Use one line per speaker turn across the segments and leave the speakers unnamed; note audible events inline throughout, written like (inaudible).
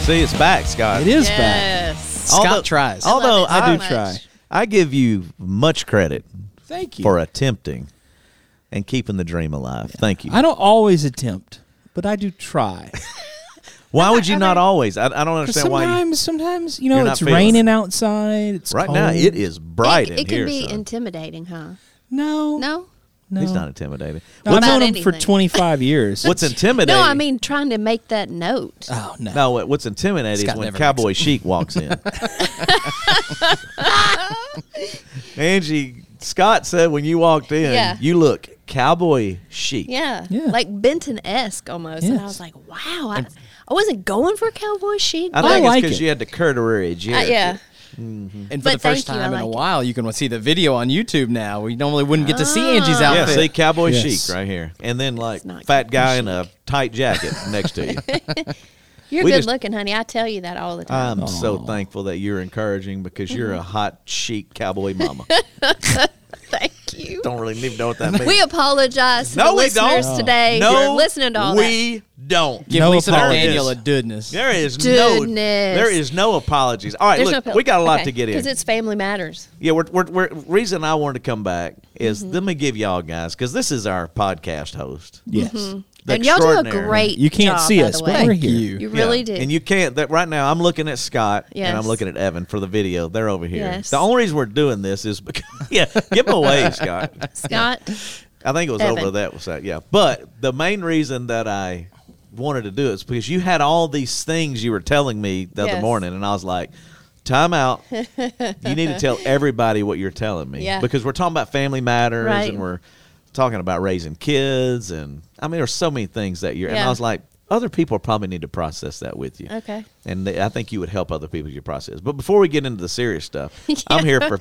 See, it's back, Scott.
It is back.
Yes.
Scott
Although-
tries.
love
Although
it
I
so
do
much.
try. I give you much credit
Thank you.
for attempting and keeping the dream alive. Thank you.
I don't always attempt, but I
(laughs)
do try.
Why would you not always? I, I don't understand why. You,
sometimes, sometimes you know
you're not
it's
feeling
raining
it.
outside. It's
right now,
cold.
it is bright
It,
in
it can
here.
be
son.
intimidating, huh?
No,
No.
no.
He's not intimidated.
No, I've
What's,
about
known him for
anything. (laughs)
25 years.
what's intimidating? Uh-huh.
No, I mean trying to make that note.
Oh no.
No, what- what's intimidating
Scott
is when
never
Cowboy Chic
(laughs)
walks in. Angie, Scott said when you walked in,
Yeah.
you look Cowboy Chic.
Yeah.
Yeah.
Like Benton esque almost. And I
Yes.
was like, wow, I, I wasn't going for cowboy chic.
I
but-
think it's
like
because
it.
you had the curterage.
Uh, yeah.
And for
But
the first
thank you, I
time in a
like it.
while, you can see the video on YouTube now. We normally wouldn't get to see Angie's
Ah.
outfit.
Yeah, see, Cowboy
Yes.
Chic right here. And then, like,
not
fat
Cowboy
guy in a tight jacket next to you. (laughs)
You're
We
good
just-
looking, honey. I tell you that all the time.
I'm so thankful that you're encouraging because you're a hot, chic cowboy mama.
Thank you.
(laughs) Uh, don't really even know what that means.
We apologize to
no,
the
we
listeners
don't.
today
no,
for listening to all
we don't.
Give
No
Lisa and
apologies.
Daniel a goodness.
There is no
Goodness.
there is no apologies. All right,
that. There's
look,
no
we got a lot to get
because
in.
it's family matters.
Yeah, we're, we're, we're reason I wanted to come back is
Mm-hmm.
let me give y'all guys because this is our podcast host.
Yes.
The
and y'all do a
extraordinary.
great
You can't
job,
see
by the
us, but
way.
we're
Thank
here.
you.
You
Yeah.
really do.
And you can't that right now I'm looking at Scott and I'm
Yes.
looking at Evan for the video. They're over here.
Yes.
The only reason we're doing this is because (laughs) yeah, give them away, Scott.
Scott.
I think it was
Evan.
over that was that, yeah. But the main reason that I wanted to do it is because you had all these things you were telling me the other
Yes.
morning and I was like Time out. you
(laughs)
need to tell everybody what you're telling me.
Yeah.
Because we're talking about family matters
Right.
and we're talking about raising kids and I mean there's so many things that you're and I
Yeah.
was like, other people probably need to process that with you.
Okay.
And they, I think you would help other people with your process. But before we get into the
(laughs)
serious stuff, I'm here for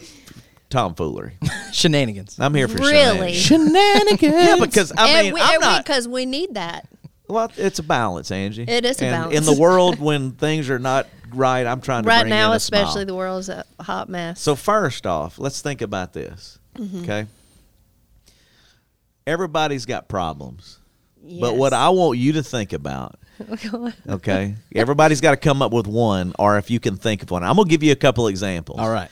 tomfoolery.
Shenanigans.
I'm here for
Really?
shenanigans.
(laughs)
Shenanigans.
Yeah, (laughs) because I
and
mean,
we,
I'm not.
because we need that.
well, it's a balance, Angie.
It is a
and In
balance. (laughs)
the world when things are not right, I'm trying to
Right
bring
now,
in a
especially
smile.
the world's a hot mess.
So first off, let's think about this.
Mm-hmm.
Okay. Everybody's got problems. But what
Yes.
I want you to think about,
(laughs)
okay, everybody's got to come up with one, or if you can think of one, I'm going to give you a couple examples.
All right.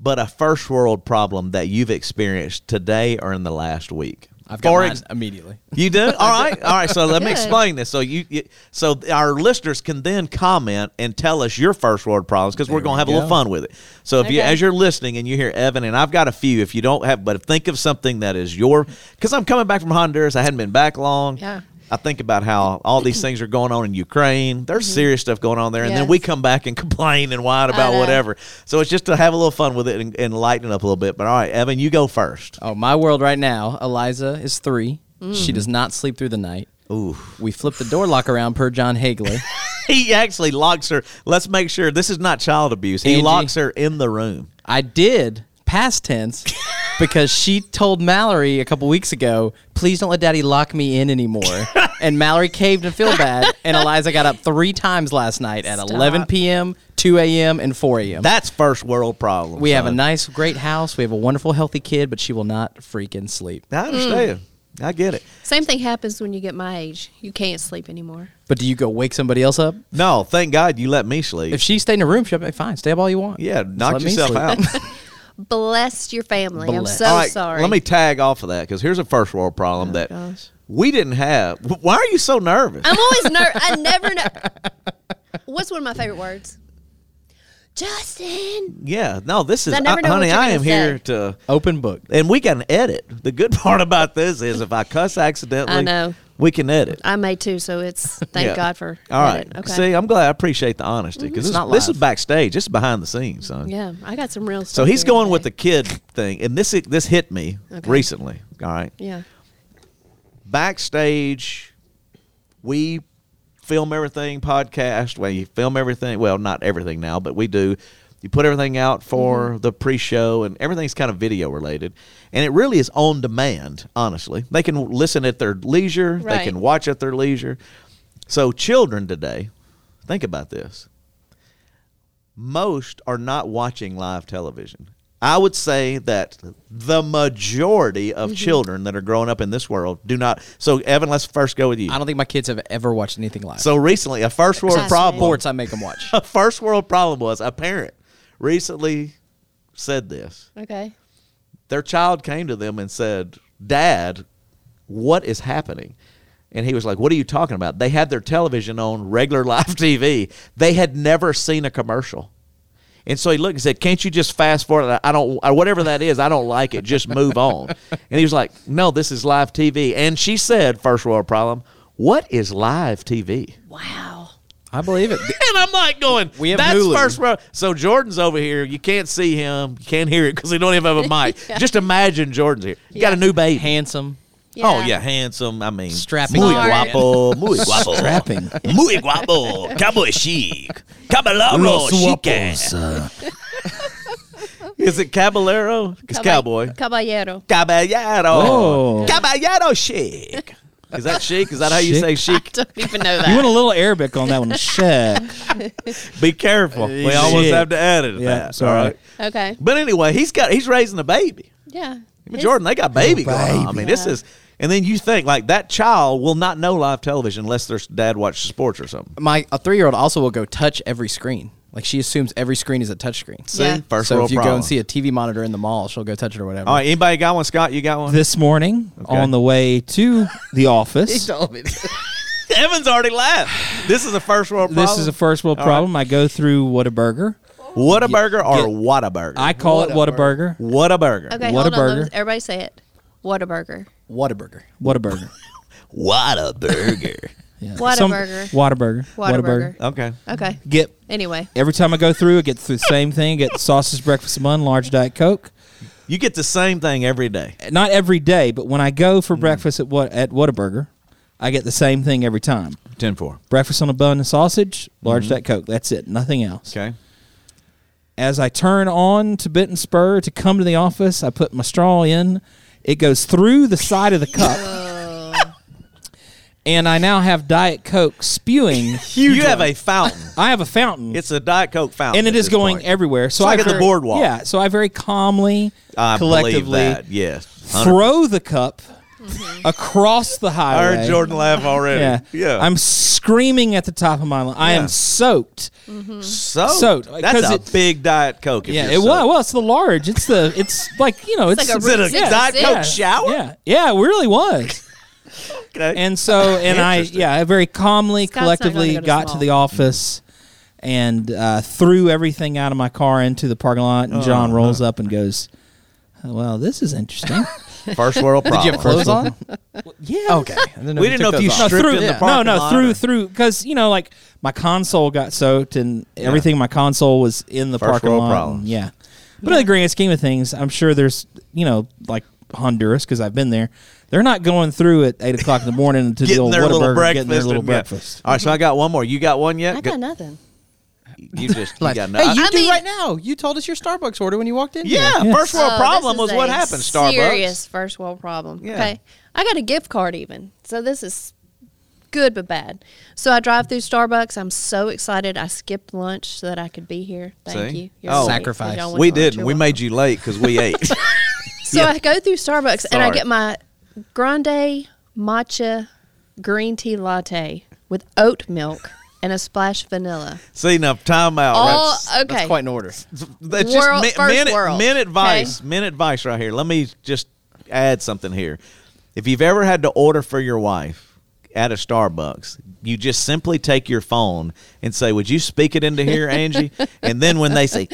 But a first world problem that you've experienced today or in the last week.
I've got
For
mine
ex-
immediately.
you do? All right. All right. So let me
Good.
explain this. So you, you so th- our listeners can then comment and tell us your first world problems because we're
There
going to have
we
a little
go.
fun with it. So if you
Okay.
as you're listening and you hear Evan and I've got a few if you don't have but think of something that is your cuz I'm coming back from Honduras. I hadn't been back long.
Yeah.
I think about how all these things are going on in Ukraine. There's serious stuff going on there and then
Mm-hmm. Yes.
we come back and complain and whine about
know.
whatever. So it's just to have a little fun with it and, and lighten it up a little bit. But all right, Evan, you go first.
Oh, my world right now. Eliza is three. She does not sleep through the night.
Ooh.
We flip the door lock around per
(laughs)
John Hagler.
he actually locks her. Let's make sure this is not child abuse. He
Angie?
locks her in the room.
I did past tense because she told Mallory a couple weeks ago, please don't let daddy lock me
(laughs)
in anymore. and Mallory caved and feel bad. And Eliza got up three times last night at 11 p.m., 2 a.m., and 4 a.m.
That's first world problem.
we have a
son.
nice, great house. We have a wonderful, healthy kid, but she will not freaking sleep.
I understand. I get it.
Same thing happens when you get my age. You can't sleep anymore.
But do you go wake somebody else up?
No, thank God you let me sleep.
If she stayed in her room, she'd be like, fine. Stay up all you want.
yeah,
Just
knock
let me
yourself
sleep."
out.
(laughs)
Bless your family. I'm
Bless.
so
All right,
sorry. Oh,
Let me tag off of that because here's a first world problem that
gosh.
we didn't have. Wh- Why are you so nervous?
I'm always nervous. I never know. What's one of my favorite words? Justin.
yeah, no, this is
I never know
uh,
what
honey.
you're
I
gonna
am here
say.
to,
Open book.
and we can edit. The good (laughs) part about this is if
(laughs)
I cuss accidentally,
I know.
we can edit.
I may too, so it's thank
Yeah.
God for.
All right.
it. Okay. Mm-hmm.
See, I'm glad. I appreciate the honesty because
It's not
this, is
live.
backstage. This is behind the scenes, son.
yeah, I got some real. Stuff
So he's
here
going with the
today.
kid thing, and this this hit me
Okay.
recently. All right,
Yeah.
backstage, we film everything podcast. Well, you film everything. Well, not everything now, but we do. You put everything out for the pre-show, and everything's kind of video related, and it really is on demand. Honestly, they can listen at their leisure. They
Right.
can watch at their leisure. So children today, think about this. Most are not watching live television. I would say that the majority of
Mm-hmm.
children that are growing up in this world do not. So, Evan, let's first go with you.
I don't think my kids have ever watched anything live.
So, recently, a first world
Fascinating.
uh,
problem. (laughs)
sports, I make them
(laughs)
watch.
A first world problem was a parent recently said this.
Okay.
Their child came to them and said, "Dad, what is happening?" And he was like, "What are you talking about?" They had their television on regular (laughs) live TV. They had never seen a commercial. And so he looked and said, "Can't you just fast forward? I don't, or whatever that is. I don't like it. Just move on." And he was like, "No, this is live TV." And she said, first world problem, what is live TV?"
Wow.
I believe
(laughs)
it.
And I'm like going,
We have
that's
Hulu.
first row. So Jordan's over here. You can't see him. You can't hear it because he don't even have a (laughs) mic. Just imagine Jordan's here. You got a new baby.
Handsome.
Oh yeah, handsome. I mean,
Strapping
Muy
young man.
guapo.
(laughs)
Muy guapo.
Strapping.
Muy guapo. Cowboy chic. Caballero chic. Is it caballero? It's cowboy.
Caballero. (laughs)
Caballero.
Oh.
Caballero chic. Is that chic? Is that how you
Chic?
say chic?
Don't even know
You
that.
went a little Arabic on that one. Shit.
Be careful. We
Chic.
almost have to add it.
Yeah,
that.
sorry.
All right.
okay.
But anyway, he's got he's raising a baby.
Yeah.
I mean, Jordan, they got baby going on. I mean, this
Yeah.
is, and then you think like that child will not know live television unless their dad watches sports or something.
(laughs) My a three year old also will go touch every screen. Like she assumes every screen is a touch screen.
See,
Yeah.
first
so
world
if you go
problem.
and see a TV monitor in the mall, she'll go touch it or whatever.
All right, anybody got one? Scott, you got one?
This morning, on the way to the office,
(laughs) Evan's already laughed. This is a first world problem.
this is a first world problem. I go through Whataburger.
Whataburger or Whataburger?
I call it Whataburger.
Whataburger.
Okay,
What
hold on. let
a burger.
me- Everybody say it. Whataburger.
Whataburger.
Whataburger.
Whataburger.
Yeah.
Whataburger.
Whataburger.
Whataburger.
(laughs) okay.
Okay.
Get
Anyway.
every time I go through, I get through the same thing. Get sausage breakfast bun, large diet coke.
You get the same thing every day.
Not every day, but when I go
Mm.
for breakfast at what at Whataburger, I get the same thing every time.
10 4.
Breakfast on a bun and sausage, large diet coke. That's it. Nothing else.
Mm-hmm. Okay.
As I turn on to Benton Spur to come to the office, I put my straw in. It goes through the side of the cup. and I now have Diet Coke spewing.
you have a fountain.
(laughs) I have a fountain.
It's a Diet Coke fountain.
and it
at
is
this
going
point.
everywhere. So
It's like
I
at the
very-
boardwalk.
Yeah. So I very calmly,
I believe
collectively,
that. Yes. 100%.
throw the cup
Mm-hmm.
across the
I
highway.
heard Jordan laugh already.
Yeah. I'm screaming at the top of my lungs. I
Yeah.
am soaked.
So,
Soaked,
That's
'cause
a
it-
big diet coke. if
Yeah,
you're
it was.
soaked.
Well, it's the large. It's the. It's like you know. It's,
It's like a room
Is it a
six
Diet
six.
Coke shower?
Yeah, yeah, it really was.
Okay.
And so, and I,
Interesting.
yeah, I very calmly,
Scott's not gonna
collectively
go to
got to
small.
the office and uh, threw everything out of my car into the parking lot. And John rolls up and goes, "Oh, "Well, this is interesting."
(laughs) first world problem.
Did you have clothes on?
(laughs) yeah.
Okay. I didn't
We
you
didn't know
took
if you
those
No,
off.
stripped
through
in the
yeah.
parking
no, no,
lot
through
or-
through because you know, like my console got soaked and everything. in My console was in the
First
parking
world
lot.
problems.
and- Yeah, but in the grand scheme of things, I'm sure there's you know like Honduras because I've been there. They're not going through at eight o'clock in the morning to the
Getting
old
their little
Whataburger,
breakfast.
getting their little
and- yeah.
breakfast.
All right, so I got one more. You got one yet?
I
Go-
got nothing.
You just you
Like,
got
hey,
nothing.
you
I
do
mean-
right now. You told us your Starbucks order when you walked in.
(laughs) yeah,
Yeah.
first world
Oh,
problem
this is
was what
a
happened. Starbucks.
Serious first world problem.
Yeah.
Okay. I got a gift card even. So this is good but bad. So I drive through Starbucks. I'm so excited. I skipped lunch so that I could be here. Thank
See?
you.
Oh.
welcome.
Sacrifice.
Y'all went
We
to lunch.
didn't.
You're
We
welcome.
made you late because
(laughs)
we ate.
So I go through Starbucks and I
Sorry.
get my grande matcha green tea latte with oat milk and a splash vanilla.
See, now time out.
All
right?
okay.
That's quite an order.
That's
World-
mi-
first
minute,
world,
minute
okay?
advice. Minute advice right here. Let me just add something here. If you've ever had to order for your wife at a Starbucks, you just simply take your phone and say, "Would you speak it into
(laughs)
here, Angie?" and then when they say,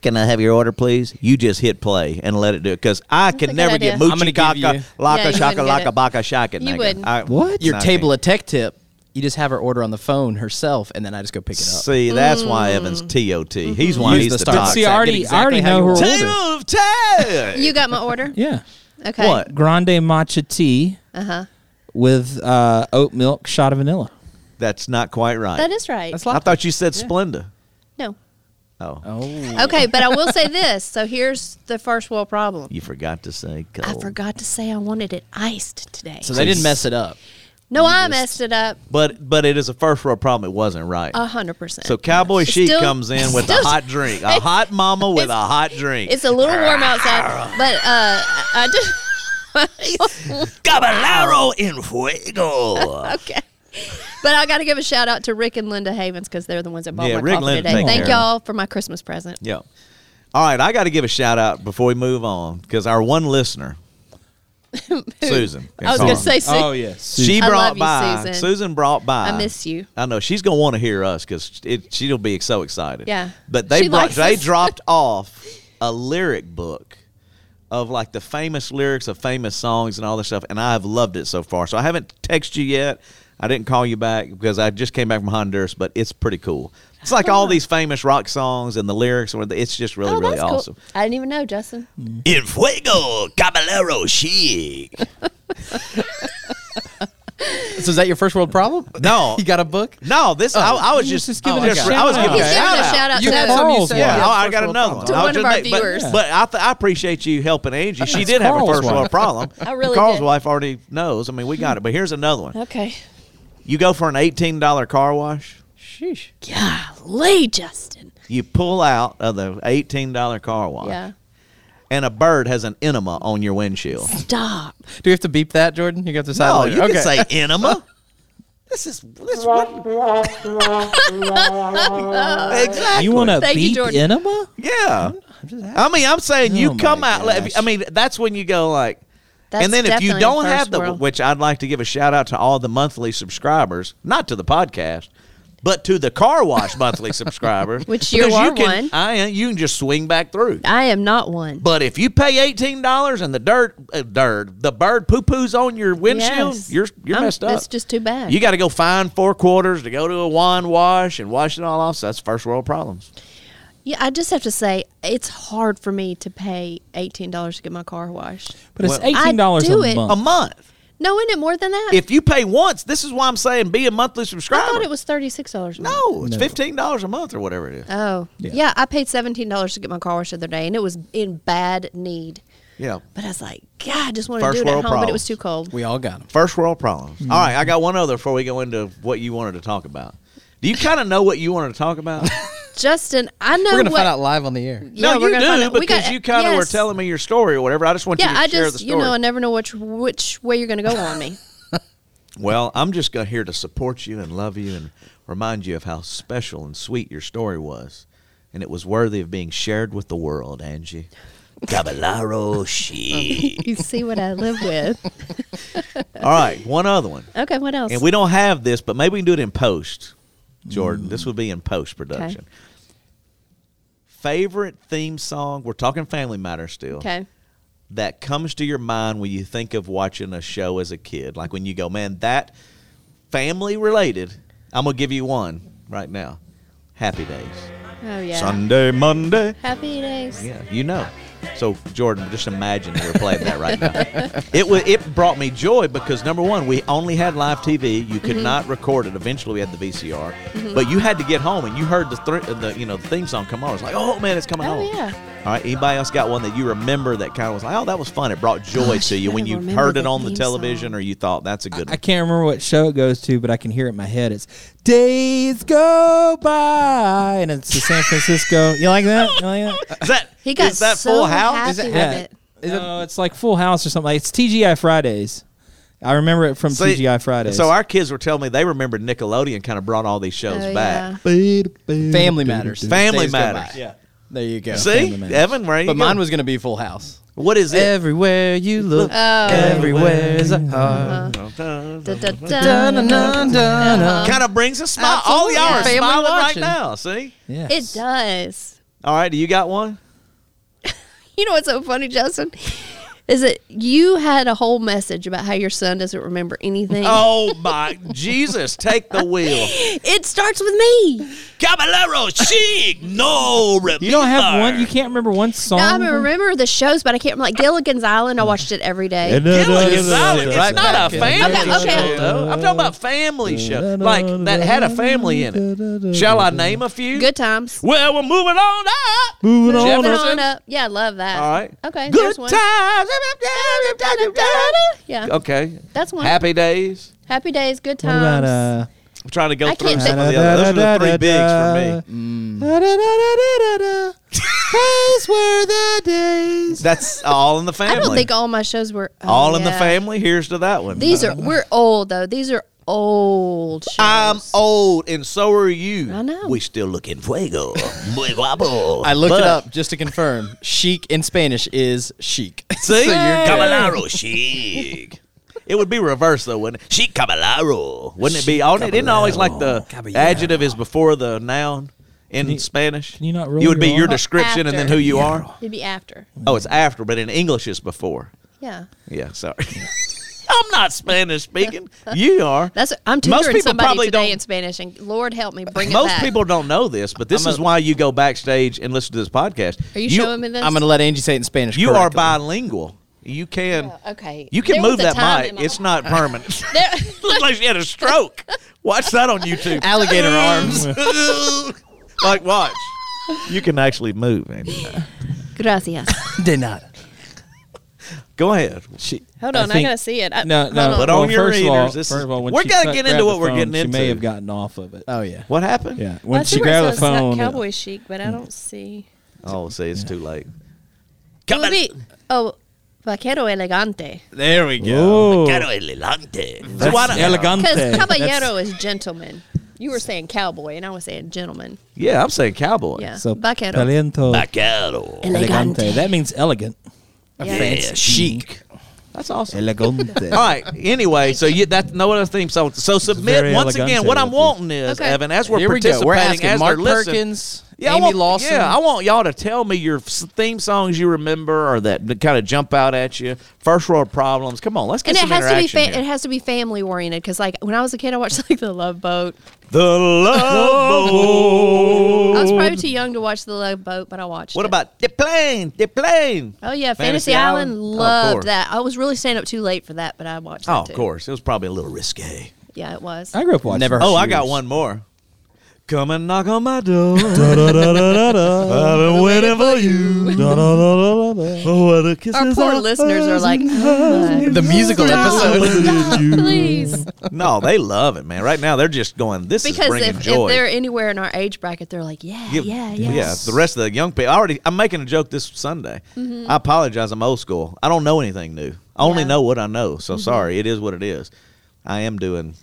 "Can I have your order, please?" you just hit play and let it do it. Because I
a
could
good
never
idea.
get
I'm gonna
moochie
give you-
kaka
Yeah,
laka
you wouldn't
shaka
get
laka
it.
baka shaka.
You
nigga.
wouldn't.
I-
What?
Your
Not
table
me.
of tech tip. You just have her order on the phone herself, and then I just go pick it up.
See, that's
Mm.
why Evans TOT. He's
Mm-hmm.
why
Use
he's the
the Starbucks
top.
But see, I
Exactly-
already, I already
exactly how
know
you
her
want.
order.
Tip tap.
(laughs)
You got my order?
Yeah,
Okay.
What?
grande matcha tea
Uh huh.
with uh, oat milk, shot of vanilla.
That's not quite right.
That is right.
That's
I
latte.
thought you said Splenda.
no.
Oh,
Oh.
Okay, but I will say this. So here's the first world problem.
you forgot to say
I
cold.
forgot to say I wanted it iced today.
So they didn't mess it up.
No,
You
I
just-
messed it up
But but it is a first world problem. It wasn't right.
a hundred percent.
so Cowboy
It's
Chic
Uh, still-
comes in with a
still-
hot
(laughs)
drink, a hot mama with a
It's-
hot drink.
It's a little warm
(laughs)
outside, but uh, I just (laughs)
Caballero en fuego.
okay. But I got to give a shout out to Rick and Linda Havens because they're the ones that bought
Yeah,
my
Rick and
coffee
Linda
today.
take
Thank
care of
y'all for my Christmas present.
yeah. All right, I got to give a shout out before we move on because our one
(laughs)
listener, Susan.
I was going to say, see,
Oh yes.
She
I
brought
love you,
by
Susan.
brought by.
I miss you.
I know she's gonna want to hear us because she'll be so excited.
Yeah.
But they
She likes
brought they
us. (laughs)
dropped off a lyric book of like the famous lyrics of famous songs and all this stuff, and I have loved it so far. So I haven't texted you yet. I didn't call you back because I just came back from Honduras, but it's pretty cool. It's like all these famous rock songs and the lyrics, and it's just really,
oh,
really
that's cool.
awesome.
I didn't even know, Justin.
En fuego, caballero chic.
So is that your first world problem?
No.
(laughs) you got a book?
No, this I, I was just,
Oh. just
I
giving
was
a
just-
shout
I was
out.
giving
He's
a
giving
shout
a
out.
shout (laughs) out
You
to
had
us.
some you
Carl's
said.
one.
Yeah,
you had
I, I
first
got
world
another
problem.
one.
To
I was
one of
just
our
thinking- but-
viewers.
But, I, th- I appreciate you helping Angie. She
That's
did have a
Carl's
first world
wife.
problem.
(laughs) I really
Carl's
did.
wife already knows. I mean, we got it. But here's another one.
Okay.
You go for an eighteen dollar car wash.
Sheesh.
Golly, Justin.
You pull out of the eighteen dollar car wash,
Yeah.
and a bird has an enema on your windshield.
Stop.
Do we have to beep that, Jordan? You got to decide.
No,
later.
you
okay.
can
(laughs)
say
(laughs)
enema. This is this what
Uh,
exactly.
You want to
Thank you,
beat
Jordan.
enema?
Yeah. I mean, I'm saying
Oh
you
my
come out. like,
gosh.
I mean, that's when you go like.
That's
and then if you
definitely
don't
a
have
first
the,
world.
which I'd like to give a shout out to all the monthly subscribers, not to the podcast, but to the car wash
(laughs)
monthly subscribers,
Which you
because
are
you can,
one.
I am- you can just swing back through.
I am not one.
But if you pay eighteen dollars and the dirt, uh, dirt, the bird poo poos on your windshield,
Yes.
you're you're
I'm-
messed up.
that's just too bad.
You got to go find four quarters to go to a wand wash and wash it all off. So that's first world problems.
Yeah, I just have to say it's hard for me to pay eighteen dollars to get my car washed.
But it's
Well, I
eighteen dollars a
do it.
A
month.
month.
No, isn't it more than that?
if you pay once, this is why I'm saying be a monthly
I
subscriber.
thought it was thirty six dollars.
no, it's fifteen dollars a month or whatever it is.
Oh,
Yeah.
yeah. I paid seventeen dollars to get my car washed the other day, and it was in bad need.
yeah,
But I was like, God, I just wanted
First
to do it at
world
home, but it was
problems.
too cold.
We all got them.
first world problems. All right, I got one other before we go into what you wanted to talk about. Do you kind of know what you wanted to talk about?
Justin, I know
We're gonna
what.
find out live on the air.
(laughs) Yeah,
no,
we're
you
gonna find
do
out. We
because
got-
you kind of were
yes.
telling me your story or whatever. I just want
Yeah,
you to
I
share the
just
story.
you know I never know which which way you're gonna go on
(laughs)
me.
well, I'm just gonna- here to support you and love you and remind you of how special and sweet your story was, and it was worthy of being shared with the world, Angie. Caballero she.
you see what I live with.
All right, one other one.
Okay, what else?
And we don't have this, but maybe we can do it in post, Jordan. This would be in post production. Favorite theme song? We're talking Family Matters still.
okay.
That comes to your mind when you think of watching a show as a kid. Like when you go, man, that family related. I'm going to give you one right now Happy Days.
Oh yeah.
Sunday, Monday.
Happy days.
Yeah, you know. So Jordan, just imagine we're playing that right now. It was it brought me joy because number one, we only had live TV. You
Mm-hmm.
could not record it. Eventually, we had the VCR, but you had to get home and you heard the, thr the you know the theme song come on. It's like, oh man, it's coming
Oh,
on.
yeah.
All right. Anybody else got one that you remember that kind of was like, oh, that was fun. It brought joy
Gosh,
to
I
you when
gotta
you
remember
heard it
the
on the
theme
television
song.
or you thought that's a good
I
one.
can't remember what show it goes to, but I can hear it in my head. It's days go by, and it's the
(laughs)
San Francisco. You like that? You like that?
Is that
He got
is that
so
Full House?
happy
Is it-
with it.
Is it-
No, it's like Full House or something. Like, it's TGI Fridays. I remember it from
So-
TGI Fridays.
So our kids were telling me they remembered Nickelodeon kind of brought all these shows
Oh,
back.
yeah.
Family matters.
Family
Days go by.
matters.
Yeah.
There you go.
See,
Family Matters.
Evan, right?
But mine was gonna be Full House.
What is it?
Everywhere you look,
Uh,
Oh.
everywhere is a heart.
Da, da, da.
Dun, dun, dun, dun, dun.
kind of brings a smile. All y'all are
Absolutely. Yeah.
smiling
Family
right
watching.
now. See?
Yes.
It does.
All right, do you got one?
You know what's so funny, Justin? Is that you had a whole message about how your son doesn't remember anything.
(laughs) Oh my Jesus! Take the wheel,
It starts with me.
Caballero chic. No, remember.
You don't have one. You can't remember one song.
No, I remember the shows, but I can't like Gilligan's Island. I watched it every day.
Killing is solid. It's
Right
not
back
a
in the
family
middle. Okay, okay.
show, though. I'm talking about family show, like that had a family in
(laughs)
it. Shall I name a few?
Good times.
Well, we're moving on up.
Moving on
Moving
Jefferson.
on up. Yeah, I love that. (laughs)
All right.
Okay.
Good
there's one.
times.
Yeah.
Okay.
That's one.
Happy days.
Happy days, good
What
times.
about uh?
I'm trying to go
I
through
can't
some of
think-
the other. Those are the three bigs for me. Mm.
Da-da-da-da-da-da-da.
(laughs)
Those were the days.
That's all in the family.
I don't think all my shows were oh,
all in the
yeah.
family. Uh, Here's to that one.
These are we're old though. These are old shows.
I'm old, and so are you.
I know.
We still look in fuego. Muy guapo.
I looked
But-
it up just to confirm. (laughs) chic in Spanish is chic.
(laughs) See,
So you're
caballero chic. It would be reverse though, wouldn't it? Chic caballero, wouldn't it be? All it didn't always like the adjective is before the noun in Spanish.
can you not rule
You would be
your
your
own-
description and then
After.
who you are.
It'd be after.
Oh, it's after, but in English it's before.
Yeah.
Yeah, sorry. (laughs) I'm not Spanish speaking. You are.
That's I'm
Most
tutoring
people
somebody
probably
today
don't-
in Spanish and Lord help me bring it
Most
back.
people don't know this, but this
I'm
is
a-
why you go backstage and listen to this podcast.
Are you, showing me this?
I'm gonna let Angie say it in Spanish.
You are
correctly.
bilingual. You can.
Oh, okay.
You can
There
move
was a
that
time
mic.
in my
It's
life-
not permanent.
(laughs)
(laughs)
There-
Looks like she had a stroke. Watch that on YouTube.
alligator arms.
(laughs) like, watch. You can actually move, Andy.
Gracias.
De nada.
Go ahead.
She,
Hold on, I,
think-
gotta see it. I,
No,
hold
no.
on.
Put
well,
on your
first of all-
readers. This
first
is-
of all, when
we're
she
gonna
cut-
get into
grabbed
what
the
we're
phone,
getting
She may
into.
have gotten off of it.
Oh yeah.
What happened?
Yeah.
Well, I
When
see
she
where it
grabbed the
says
phone, uh, Hmm.
cowboy chic, but I don't see.
Oh, see, it's too late.
It would
Cabal-
be oh, vaquero elegante.
There we
Oh.
Caro elegante.
That's
Why not-
elegante.
Because
That's-
caballero is gentleman. You were saying cowboy, and I was saying gentleman.
Yeah, I'm saying cowboy.
Yeah.
So
Vaquero.
talento
Vaquero.
elegante. That means elegant.
Yeah.
Fancy chic. That's awesome.
Elegante.
All right. Anyway, so you, that's no other theme song. So submit
very
once again.
elegante
What I'm
with you.
wanting is
Okay.
Evan, as we're
Here we go.
participating,
We're asking
as
Mark
they're listening-
Perkins,
Yeah, I
Amy
want,
Lawson.
Yeah, I want y'all to tell me your s- theme songs you remember or that, kind of jump out at you. First world problems. Come on, let's get
and it
some
has to be
interaction.
fa-
here.
it has to be family oriented because like when I was a kid, I watched (laughs) like The Love Boat.
the love boat.
I was probably too young to watch The Love Boat, but I watched.
What
it.
about the plane? The plane.
Oh yeah,
Fantasy
Fantasy, Island.
Island? Oh, of
Loved
course.
that. I was really staying up too late for that, but I watched.
Oh,
that
of
too.
course. It was probably a little risque.
Yeah, it was.
I grew up watching.
Never
that.
Oh, I got
Shoes.
one more. Come and knock on (laughs) my door.
Da-da-da-da-da-da.
I've been waiting for you.
Da-da-da-da-da-da.
(laughs) Oh, what a kiss
Our
is
poor
all-
listeners are like, oh my
The musical episode.
(laughs)
God, please.
No, they love it, man. Right now, they're just going. This is
Because
bringing
if,
joy.
if they're anywhere in our age bracket, they're like, yeah,
Yeah,
yeah, yeah.
The rest of the young people. I already. I'm making a joke this Sunday. I apologize. I'm old school. I don't know anything new. I
Mm-hmm.
only
Yeah. Mm-hmm.
know what I know. So sorry. It is what it is. I am doing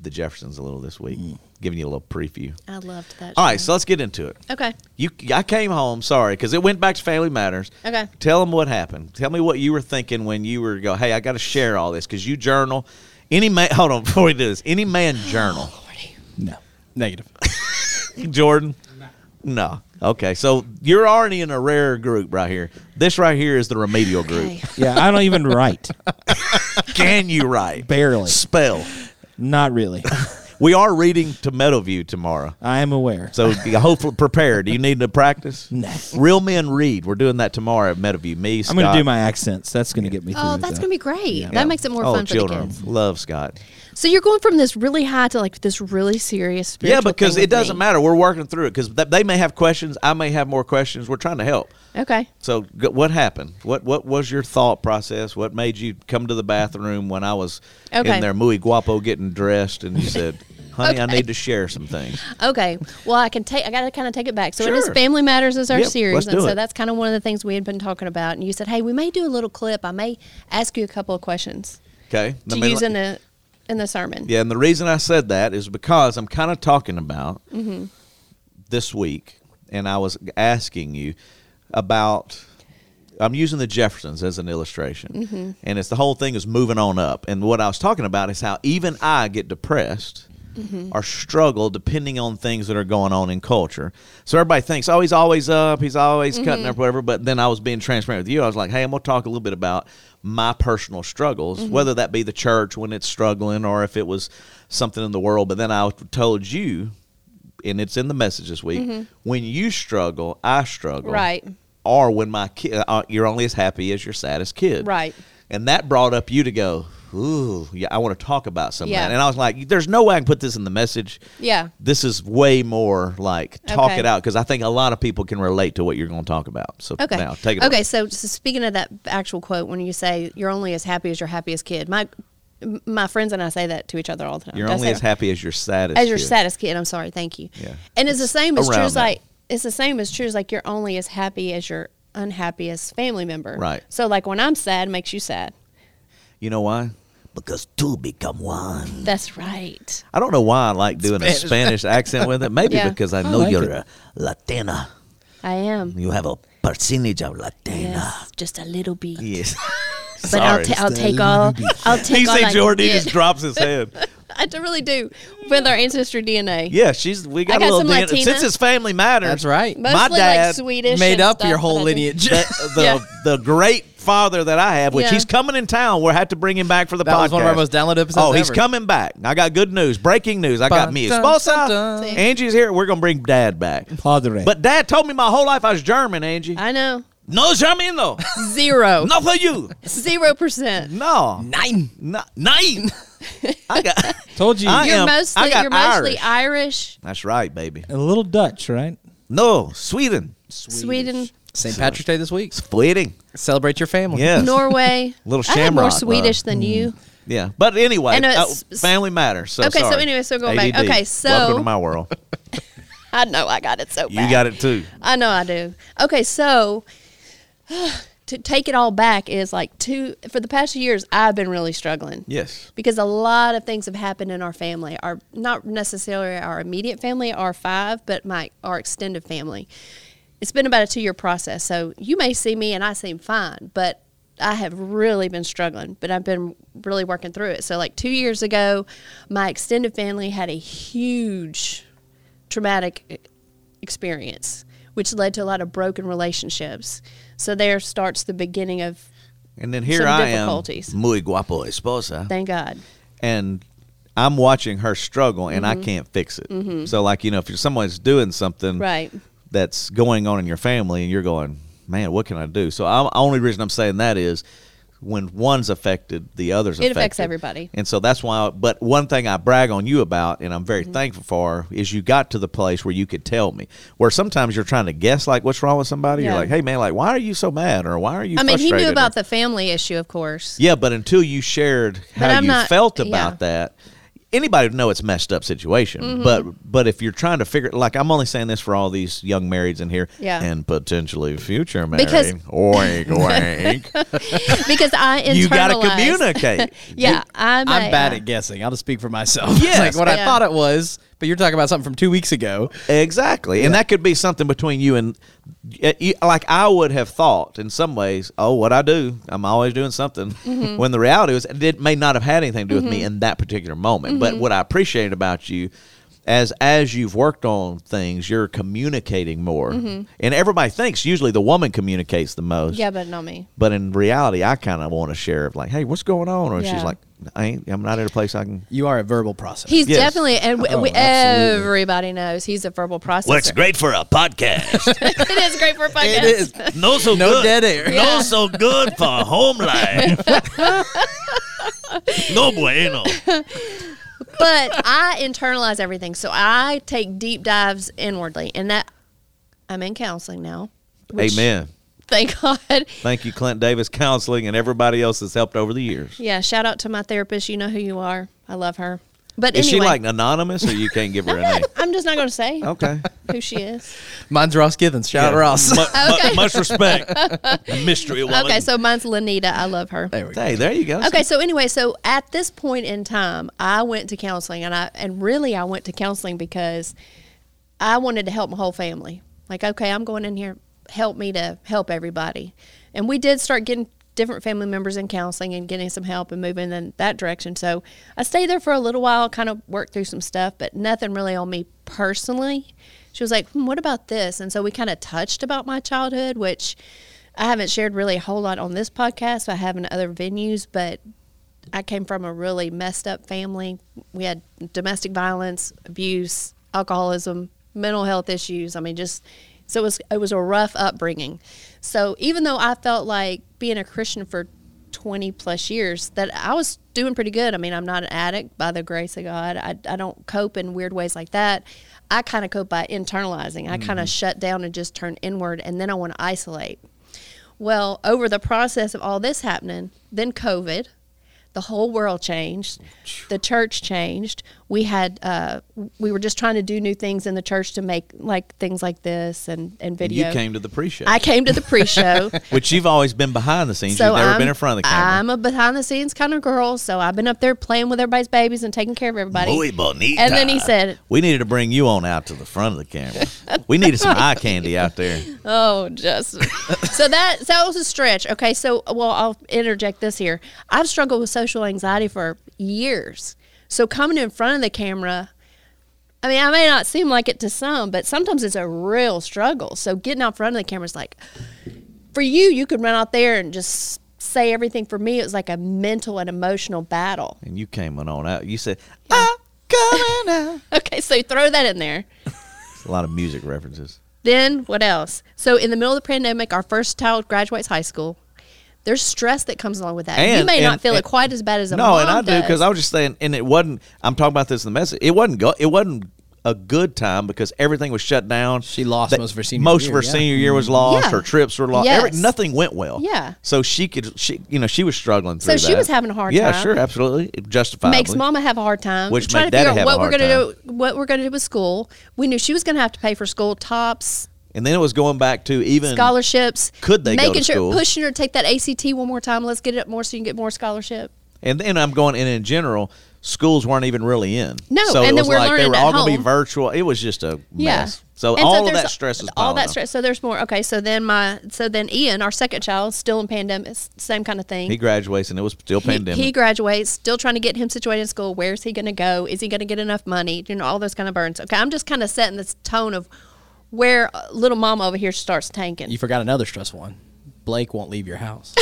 the Jeffersons a little this week, giving you a little preview.
I loved that.
All right,
show.
so let's get into it.
okay.
You, I came home. Sorry, because it went back to Family Matters.
Okay.
Tell them what happened. Tell me what you were thinking when you were go. Hey, I got to share all this because you journal. Any man, (laughs) hold on before we do this. Any man journal.
(sighs) No.
Negative.
Jordan? No. Okay, so you're already in a rare group right here. This right here is the remedial group.
Okay.
(laughs) Yeah, I don't even write.
(laughs) Can you write?
Barely.
Spell. (laughs)
Not really.
We are reading to Meadowview tomorrow.
I am aware.
So be hopefully prepared. Do you need to practice?
No.
Real men read. We're doing that tomorrow at Meadowview. Me,
I'm going
Scott.
to do my accents. That's going to get me through.
Oh,
it,
that's
though.
gonna be great.
Yeah.
That makes it more
oh,
fun for
children
the kids.
Love Scott.
So you're going from this really high to like this really serious.
Yeah,
spiritual
because
thing
it
with
doesn't
me.
matter. We're working through it because th- they may have questions. I may have more questions. We're trying to help.
Okay.
So g- what happened? What what was your thought process? What made you come to the bathroom when I was
Okay.
in there muy guapo getting dressed and
(laughs)
you said, "Honey, I
Okay.
need to share some things."
Okay. Well, I can take. I gotta kind of take it back. So it is
Sure.
Family Matters is our
Yep,
series,
let's
and
do
so
it.
that's kind of one of the things we had been talking about. And you said, "Hey, we may do a little clip. I may ask you a couple of questions
Okay?
to
I mean,
use
like-
in the in the sermon."
Yeah, and the reason I said that is because I'm kind of talking about
Mm-hmm.
this week, and I was asking you about. I'm using the Jeffersons as an illustration, and it's the whole thing is moving on up. And what I was talking about is how even I get depressed or struggle depending on things that are going on in culture. So everybody thinks, oh, he's always up, he's always cutting up, whatever. But then I was being transparent with you. I was like, hey, I'm gonna talk a little bit about my personal struggles, whether that be the church when it's struggling or if it was something in the world. But then I told you, and it's in the message this week, when you struggle, I struggle,
Right.
uh, Or when my kid, uh, you're only as happy as your saddest kid,
Right.
And that brought up you to go. ooh, yeah, I want to talk about some
Yeah.
of that. And I was like, there's no way I can put this in the message.
Yeah.
This is way more like talk
Okay.
it out because I think a lot of people can relate to what you're going to talk about. So
Okay.
now take it.
okay.
away.
So, so speaking of that actual quote, when you say you're only as happy as your happiest kid, my m- my friends and I say that to each other all the time.
You're
Did I
only
say
as
that?
happy as your saddest.
as your
kid.
saddest kid. I'm sorry. Thank you.
Yeah.
And it's, the same as true
around
as
that.
like it's the same as true as like you're only as happy as your unhappiest family member.
Right.
So like when I'm sad, it makes you sad.
You know why? Because two become one.
That's right.
I don't know why I like doing a Spanish accent with it.
(laughs)
Maybe
Yeah.
because I know
like
you're
it.
a Latina.
I am.
You have a percentage of Latina.
Yes, just a little bit.
(laughs)
Yes.
But I'll, ta- I'll take all. I'll take
he
all.
said
I
Jordan
can
just
get.
drops his head.
(laughs) I d- really do with our ancestry DNA.
Yeah, she's we got,
got
a little
some
DNA.
Latina.
Since his family matters.
That's right.
Mostly
My dad
like Swedish
Made
and
up
stuff
your
that I
whole
do.
lineage.
The,
(laughs)
the,
Yeah.
the great father that I have, which
Yeah.
he's coming in town. We'll have to bring him back for the
That
podcast.
was one of our most downloaded episodes
Oh, he's
ever.
coming back. I got good news. Breaking news. I got
Dun,
me
dun, dun,
esposa.
dun.
See?
Angie's here. We're going to bring dad back.
Padre.
But dad told me my whole life I was German, Angie.
I know
No
(laughs)
German, though.
zero,
(laughs) Not for you.
zero percent.
No.
Nine.
No. Nine.
(laughs)
I got.
Told you.
I
You're
am-
mostly
I got
you're mostly
Irish.
Irish,
That's right, baby.
a little Dutch, right?
No, Sweden.
Sweden,
St. Patrick's Day this week.
Sweden.
Celebrate your family.
Yes.
Norway.
(laughs) Little
I had more
shamrock, Mm.
Swedish than you.
Yeah, but anyway,
And
uh,
it's-
family matters. So
Okay, so
sorry.
anyway, so going back.
ADD.
Okay, so-
welcome to
(laughs)
my world.
I know I got it so bad.
You got it too.
I know I do. Okay, so (sighs) to take it all back is like two for the past few years I've been really struggling.
Yes.
Because a lot of things have happened in our family. Our not necessarily our immediate family, our five, but my our extended family. It's been about a two year process. So you may see me and I seem fine, but I have really been struggling, but I've been really working through it. So like two years ago, my extended family had a huge traumatic e, experience, which led to a lot of broken relationships. So there starts the beginning of
And then here
Some
I am,
difficulties.
muy guapo esposa,
thank God.
and I'm watching her struggle, and
Mm-hmm.
I can't fix it. So, like you know, if you're someone's doing something
Right.
that's going on in your family, and you're going, man, what can I do? So, I'm, only reason I'm saying that is when one's affected, the others
It affects
affected.
everybody.
and so that's why. But one thing I brag on you about, and I'm
Mm-hmm.
very thankful for, is you got to the place where you could tell me. Where sometimes you're trying to guess, like what's wrong with somebody.
Yeah.
You're like, hey man, like why are you so mad, or why are you?
I mean, he
frustrated?
knew
Or-
about the family issue, of course.
yeah, but until you shared
But
how
I'm
you
not-
felt
yeah.
about that, anybody would know it's a messed up situation.
Mm-hmm.
But but if you're trying to figure, like I'm only saying this for all these young marrieds in here,
Yeah.
and potentially future married,
Because-
oink
(laughs)
oink.
because I internalized.
(laughs) you got to communicate.
(laughs) Yeah, uh, I'm,
I'm
a-
bad at guessing. I'll just speak for myself. (laughs)
Yes.
like what
Yeah.
I thought it was, but you're talking about something from two weeks ago.
Exactly, and that could be something between you and y- y- like I would have thought in some ways. Oh, what I do, I'm always doing something.
Mm-hmm.
When the reality is, it may not have had anything to do with me in that particular moment. But
Mm-hmm.
what I appreciate about you, as as you've worked on things, you're communicating more,
Mm-hmm.
and everybody thinks usually the woman communicates the most.
Yeah, but not me.
But in reality, I kind of want to share of like, hey, what's going on? Or she's
Yeah.
like, I ain't, I'm not at a place I can.
You are a verbal process.
He's
Yes. Oh,
definitely, and we, we,
absolutely.
everybody knows he's a verbal processor.
great for a podcast.
(laughs) it is great for a podcast.
it is.
No so
No good. dead air.
Yeah. No
so good for home life. no bueno.
(laughs) but I internalize everything. So I take deep dives inwardly, and that I'm in counseling now. which-
Amen.
Thank (laughs) God.
Thank you, Clint Davis Counseling, and everybody else that's helped over the years.
Yeah, shout out to my therapist. You know who you are. I love her. But
Is she
anyway,
like anonymous, or you can't give her
(laughs)
a name?
I'm just not going to say
Okay.
who she is.
Mine's Ross Givens. Shout out
Yeah.
Ross.
Okay.
much respect, mystery woman.
Okay, so mine's Lanita. I love her.
(laughs) there we go.
hey, there you go.
Okay, so anyway, so at this point in time, I went to counseling, and I and really I went to counseling because I wanted to help my whole family. Like, okay, I'm going in here, help me to help everybody, and we did start getting different family members in counseling and getting some help and moving in that direction. So I stayed there for a little while, kind of worked through some stuff, but nothing really on me personally. She was like, hmm, "What about this?" And so we kind of touched about my childhood, which. I haven't shared really a whole lot on this podcast. I have in other venues, but I came from a really messed up family. We had domestic violence, abuse, alcoholism, mental health issues. I mean, just so it was it was a rough upbringing. So even though I felt like being a Christian for 20 plus years that I was doing pretty good. I mean, I'm not an addict by the grace of God. I, I don't cope in weird ways like that. I kind of cope by internalizing. I kind of shut down and just turn inward, and then I want to isolate. Well, over the process of all this happening, then COVID, the whole world changed, the church changed. We had uh, we were just trying to do new things in the church to make like things like this and and
And
video.
you came to the pre-show,
I came to the
(laughs)
pre-show.
which you've always been behind the scenes. you've never been in front of the camera.
I'm a behind the scenes kind of girl, so I've been up there playing with everybody's babies and taking care of everybody.
Muy bonita.
And then he said-
"We needed to bring you on out to the front of the camera. we needed some eye candy out there."
Oh, Justin. so that so that was a stretch. Okay, so well, I'll interject this here. I've struggled with social anxiety for years. So coming in front of the camera, I mean, I may not seem like it to some, but sometimes it's a real struggle. So getting out front of the camera is like, for you, you could run out there and just say everything. For me, it was like a mental and emotional battle.
And you came on out. You said, "I'm coming out."
(laughs) Okay, so throw that in there.
It's a lot of music references.
Then what else? So in the middle of the pandemic, our first child graduates high school. There's stress that comes along with that. you
And-
may
and-
not feel
and-
it quite as bad as a
No,
mom
and I do
does.
because I was just saying, and it wasn't. I'm talking about this in the message. It wasn't. Go, it wasn't a good time because everything was shut down.
She lost most of her senior
Most of
year,
her
yeah. Mm-hmm.
senior year was lost.
Yeah.
Her trips were lost. Every,
Yes.
nothing went well.
Yeah.
So she could. She you know she was struggling
So
through.
she
that.
was having a hard
yeah,
time.
sure, absolutely, justifiably.
makes mama have a hard time.
Which
trying
make
to
daddy
figure out
have a
what we're gonna
hard
do what we're gonna do with school. We knew she was gonna have to pay for school tops,
And then it was going back to even
scholarships.
Could they go
making
to
sure
school?
pushing her to take that ACT one more time? Let's get it up more so you can get more scholarship.
And then I'm going, and in general, schools weren't even really in.
No,
so it
and then
was
we're
like they
learning
were
at
all to be
home.
virtual. It was just a mess. So
And
all of
there's
that stress is
all
piling
that
up.
stress. So there's more. Okay, so then my so then Ian, our second child, still in pandemic, same kind of thing.
He graduates, and it was still
He-
pandemic.
He, graduates, still trying to get him situated in school. Where's he going to go? Is he going to get enough money? You know, all those kind of burdens. Okay, I'm just kind of setting this tone of where uh, little mama over here starts tanking. (laughs)
You forgot another stressful one. Blake won't leave your (laughs) house.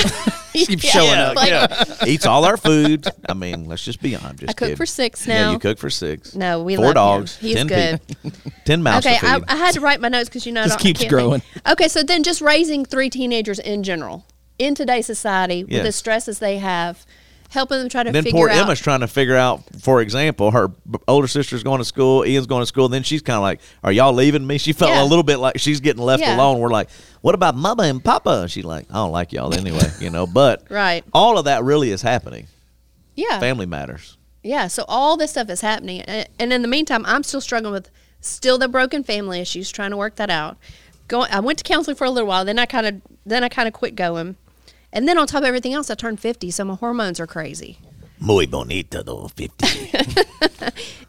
keep
showing
yeah,
(laughs)
yeah. eats all our food. I mean, let's just be honest. Just
I cook
kidding.
for six
Yeah,
now.
you cook for six.
No, we
four
love him.
dogs.
He's
ten
good.
People, (laughs) ten mouths.
Okay,
to
I,
feed.
I had to write my notes because you know
Just
I don't, I
keeps
can't think.
growing.
Okay, so then just raising three teenagers in general in today's society with the
Yes.
stresses they have, helping them try to
then
figure
poor
out.
Emma's trying to figure out, for example, her b- older sister's going to school, Ian's going to school. Then she's kind of like, "Are y'all leaving me?" She felt
Yeah.
a little bit like she's getting left
Yeah.
alone. We're like, "What about Mama and Papa?" And she's like, "I don't like y'all anyway," (laughs) you know. But
Right. Oh.
all of that really is happening.
yeah,
Family matters.
yeah. So all this stuff is happening, A- and in the meantime, I'm still struggling with still the broken family issues, trying to work that out. Going, I went to counseling for a little while, then I kind of then I kind of quit going, and then on top of everything else, I turned 50, so my hormones are crazy.
Muy bonita though, fifty.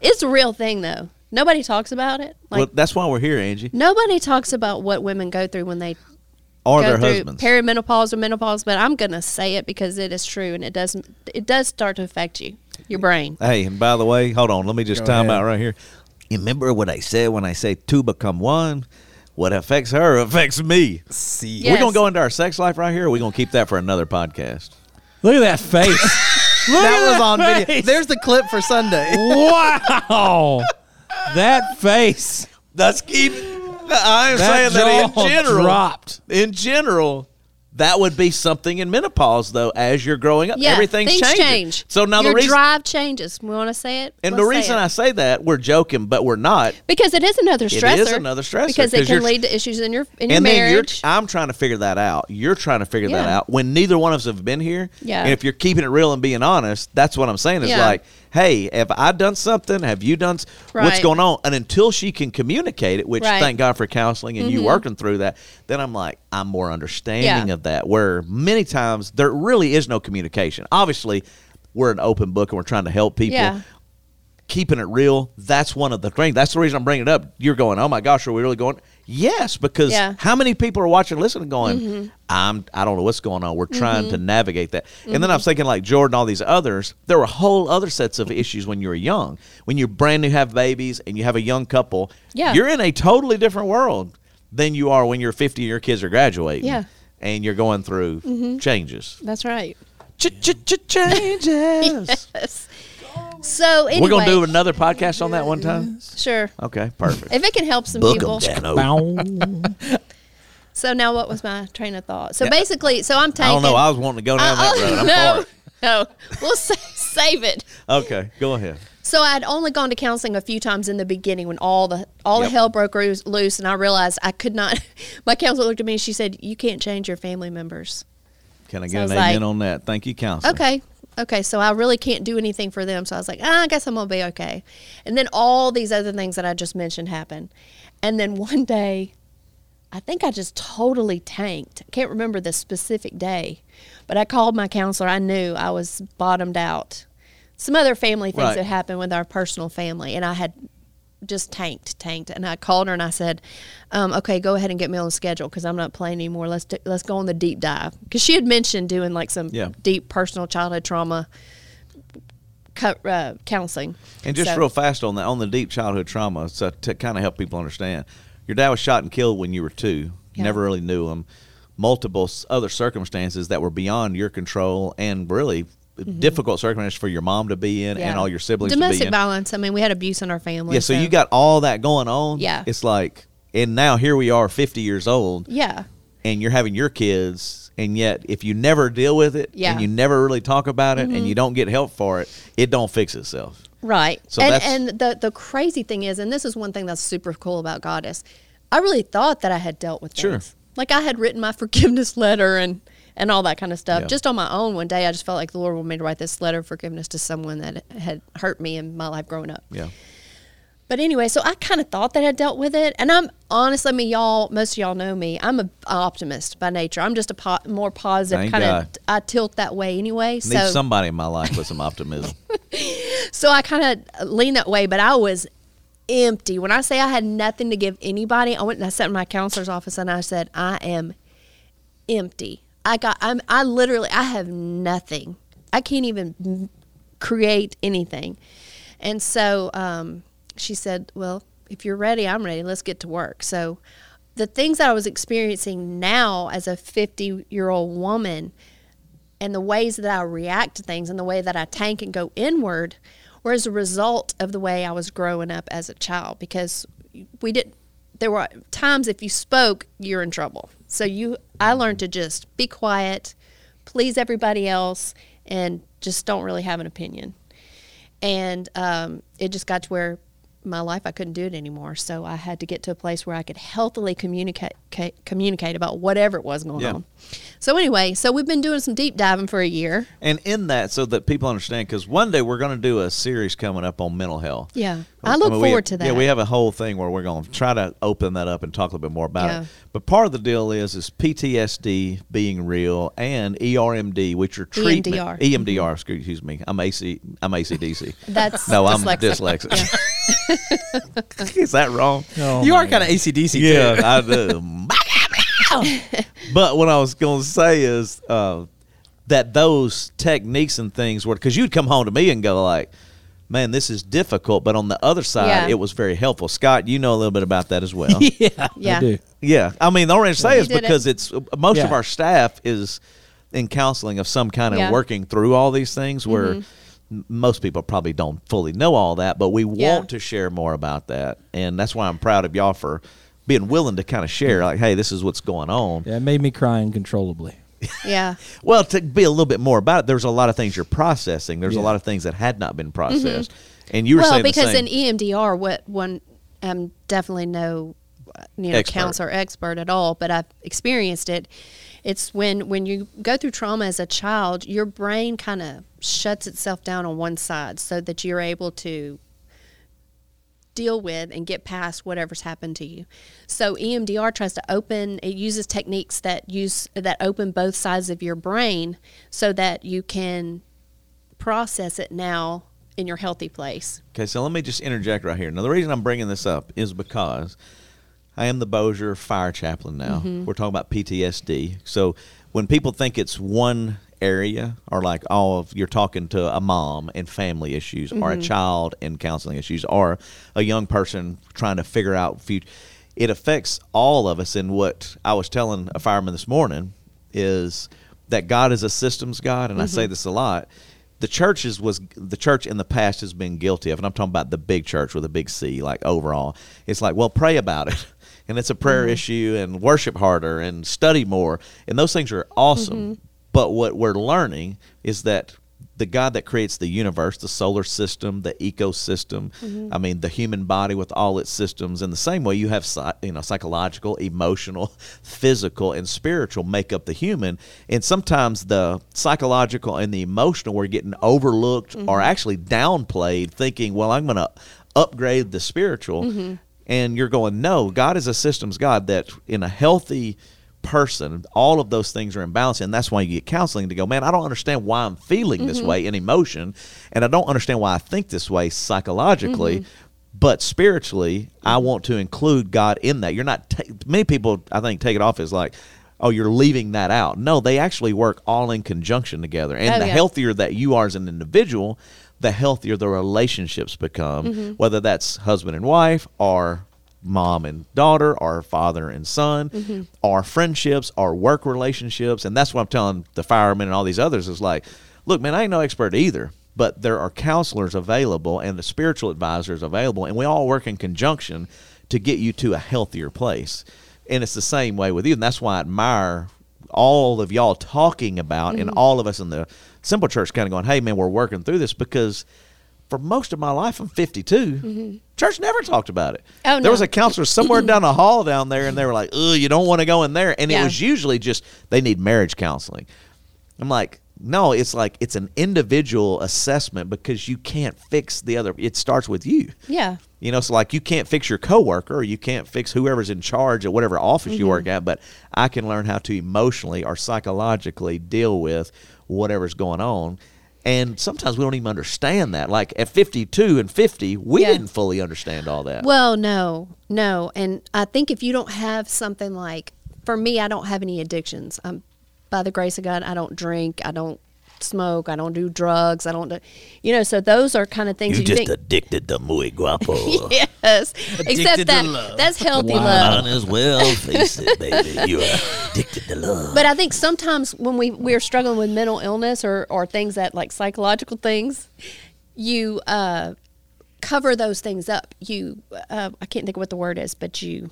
It's a real thing though. Nobody talks about it. (laughs) Like
well, that's why we're here, Angie,
nobody talks about what women go through when they
or
go
their
through
husbands.
perimenopause or menopause, but I'm gonna say it because it is true and it does it does start to affect you, your brain.
Hey, and by the way, hold on. Let me just
Go
time
ahead.
out right here. You remember what I said when I say two become one? What affects her affects me.
See.
Yeah.
We're gonna
Yes.
go into our sex life right here. Or we're gonna keep that for another podcast.
Look at that face.
(laughs)
That was on
(laughs)
Right.
video. There's the clip for Sunday.
wow. That face.
Let's keep. I'm
That
saying that
jaw
in general.
dropped.
In general, that would be something in menopause, though. As you're growing up,
Yeah,
everything
things
changes.
change.
So now
your
the reason,
drive changes. We want to say it,
and the
Let's say
reason
it.
I say that, we're joking, but we're not.
because it is another
is
stressor.
another stressor,
because
'cause
it can
you're-
lead to issues in your in your
and then you're,
marriage.
I'm trying to figure that out. You're trying to figure that
Yeah.
out when neither one of us have been here.
Yeah.
And if you're keeping it real and being honest, that's what I'm saying is
Yeah.
like, hey, have I done something? Have you done s- what's
Right.
going on? And until she can communicate it, which
Right. Mm-hmm.
thank God for counseling and you working through that, then I'm like, I'm more understanding
Yeah.
of that. Where many times there really is no communication. Obviously, we're an open book and we're trying to help people
yeah,
keeping it real that's one of the things that's the reason i'm bringing it up you're going oh my gosh are we really going yes because
Yeah. Mm-hmm.
how many people are watching and listening going i'm i don't know what's going on we're trying to navigate that and then
Mm-hmm.
i'm thinking like jordan all these others there were whole other sets of issues when you were young when you're brand new have babies and you have a young couple
Yeah.
you're in a totally different world than you are when you're 50 and your kids are graduating
Yeah. Mm-hmm.
and you're going through changes
that's right.
changes
(laughs) Yes. So anyway,
we're gonna do another podcast on that one time
sure
Okay, perfect.
(laughs)
if it can help some people.
Dano.
Bow.
So now, what was my train of thought? So basically, so I'm taking.
I don't know. I was wanting to go down that
Uh,
road.
(laughs)
I'm
no,
hard.
no. We'll (laughs) sa- save it.
Okay, go ahead.
So I'd only gone to counseling a few times in the beginning when all the all
Yep.
the hell broke roo- loose, and I realized I could not. (laughs) My counselor looked at me and she said, "You can't change your family members."
Can I
So I
get
was
an amen
like-
on that? Thank you, counselor.
Okay, okay. So I really can't do anything for them. So I was like, ah, I guess I'm gonna be okay. And then all these other things that I just mentioned happened, and then (laughs) one day, I think I just totally tanked. I can't remember the specific day, but I called my counselor. I knew I was bottomed out. Some other family things
Right.
that happened with our personal family, and I had just tanked, tanked. And I called her and I said, um, "Okay, go ahead and get me on the schedule because I'm not playing anymore. Let's do, let's go on the deep dive." Because she had mentioned doing like some
Yeah.
deep personal childhood trauma co- uh, counseling.
And just
So-
real fast on that, on the deep childhood trauma, so to kind of help people understand, your dad was shot and killed when you were two.
Yeah.
Never really knew him. Multiple s- other circumstances that were beyond your control, and really difficult circumstances for your mom to be in
Mm-hmm. yeah.
and all your siblings to be
domestic
in.
violence. I mean, we had abuse in our family.
Yeah, so you got all that going on.
Yeah.
It's like, and now here we are, 50 years old,
yeah.
and you're having your kids, and yet if you never deal with it,
Yeah. Mm-hmm.
and you never really talk about it, and you don't get help for it, it don't fix itself.
Right.
So
and
that's-
and the the crazy thing is, and this is one thing that's super cool about God is, I really thought that I had dealt with
Sure.
things. Like I had written my (laughs) forgiveness letter and and all that kind of stuff
Yeah.
just on my own. One day, I just felt like the Lord wanted me to write this letter of forgiveness to someone that had hurt me in my life growing up.
Yeah.
But anyway, so I kind of thought that I dealt with it, and I'm honestly, I mean, y'all, most of y'all know me. I'm a, a optimist by nature. I'm just a po- more positive
Thank
kind of.
God.
I tilt that way anyway.
Need
so
somebody in my life with
(laughs)
some optimism.
so I kind of lean that way, but I was empty. When I say I had nothing to give anybody, I went and I sat in my counselor's office and I said, I am empty. I got, I'm, I literally, I have nothing. I can't even m- create anything. And so um, she said, Well, if you're ready, I'm ready. Let's get to work. So the things that I was experiencing now as a 50 year old woman, and the ways that I react to things and the way that I tank and go inward were as a result of the way I was growing up as a child because we did there were times if you spoke you're in trouble. So you I learned to just be quiet, please everybody else and just don't really have an opinion. And um, it just got to where my life I couldn't do it anymore. So I had to get to a place where I could healthily communicate ca- communicate about whatever it was going
Yeah.
on. So anyway, so we've been doing some deep diving for a year.
and in that, so that people understand, because one day we're going to do a series coming up on mental health.
Yeah. I look
we-
forward to
Yeah,
that.
we have a whole thing where we're going to try to open that up and talk a little bit more about
Yeah.
it. But part of the deal is is PTSD being real and E ERMD, which are treatment. E
EMDR.
EMDR, excuse- excuse me. I'm AC. I'm ACDC.
That's
no, I'm
dyslexic.
dyslexic. (laughs) is that wrong?
Oh,
you are kind of ACDC.
Yeah,
too.
I do.
(laughs)
but what I was going to say is uh, that those techniques and things were because you'd come home to me and go like, "Man, this is difficult," but on the other side,
Yeah.
it was very helpful. Scott, you know a little bit about that
(laughs)
as well.
yeah.
I do.
yeah, I mean, the only reason I say is
You did it.
because it's most of
Yeah.
our staff is in counseling of some kind and
Yeah. Mm-hmm.
working through all these things where. m- Most people probably don't fully know all that, but we
Yeah.
want to share more about that, and that's why I'm proud of y'all for being willing to kind of share. Like, hey, this is what's going on.
Yeah, it made me cry uncontrollably.
Yeah.
Well, to be a little bit more about it, there's a lot of things you're processing. There's a
Yeah.
lot of things that had not been processed, and you
Mm-hmm.
were
well,
saying
because
the same.
in E EMDR, what one, I'm definitely no, uh, you know,
Expert.
counselor expert at all, but I've experienced it. It's when when you go through trauma as a child, your brain kind of shuts itself down on one side so that you're able to deal with and get past whatever's happened to you. So E EMDR tries to open it uses techniques that use that open both sides of your brain so that you can process it now in your healthy place.
Okay, so let me just interject right here. Now, the reason I'm bringing this up is because I am the Bossier fire chaplain now. We're talking about PTSD. So when people think it's one area or like all of you're talking to a mom and family issues or a child and counseling issues or a young person trying to figure out future it affects all of us and what I was telling a fireman this morning is that God is a systems God and I say this a lot the churches was the church in the past has been guilty of, and I'm talking about the big church with a big C, like overall. It's like, well, pray about it. (laughs) and it's a prayer issue and worship harder and study more and those things are awesome but what we're learning is that the god that creates the universe the solar system the ecosystem i mean the human body with all its systems in the same way you have psy- you know psychological emotional (laughs) physical and spiritual make up the human and sometimes the psychological and the emotional are getting overlooked or actually downplayed thinking well i'm going to upgrade the spiritual and you're going no god is a systems god that in a healthy person all of those things are in balance and that's why you get counseling to go man i don't understand why i'm feeling this
Mm-hmm.
way in emotion and i don't understand why i think this way psychologically
Mm-hmm.
but spiritually i want to include god in that you're not ta- many people i think take it off as like oh you're leaving that out no they actually work all in conjunction together and
Oh,
the
yeah.
health healthier that you are as an individual, the healthier the relationships become, whether that's husband and wife or mom and daughter or father and son or friendships or work relationships. And that's what I'm telling the firemen and all these others is like, look, man, I ain't no expert either, but there are counselors available and the spiritual advisors available, and we all work in conjunction to get you to a healthier place. And it's the same way with you. And that's why I admire all of y'all talking about
Mm-hmm.
and all of us in the simple church kind of going, hey, man, we're working through this because for most of my life, I'm 52. Church never talked about it.
Mm-hmm. Oh,
There was
no.
a counselor somewhere down the hall down there, and they were like, oh, you don't want to go in there. And it
Yeah.
was usually just they need marriage counseling. I'm like, no, it's like it's an individual assessment because you can't fix the other. It starts with you.
Yeah.
You know, so like you can't fix your coworker, or you can't fix whoever's in charge at whatever office you
Mm-hmm.
work at, but I can learn how to emotionally or psychologically deal with whatever's going on. And sometimes we don't even understand that. Like at 52 and 50, we
Yeah.
didn't fully understand all that.
Well, no, no. And I think if you don't have something like, for me, I don't have any addictions. I'm, by the grace of God, I don't drink. I don't smoke. I don't do drugs. I don't do, you know, so those are kind of things that you think.
addicted to muy guapo.
(laughs) yes. Except that that's healthy love.
as well face it, (laughs) baby. You are addicted to love.
But I think sometimes when we we're struggling with mental illness or or things that like psychological things, you uh, cover those things up. You uh, I can't think of what the word is, but you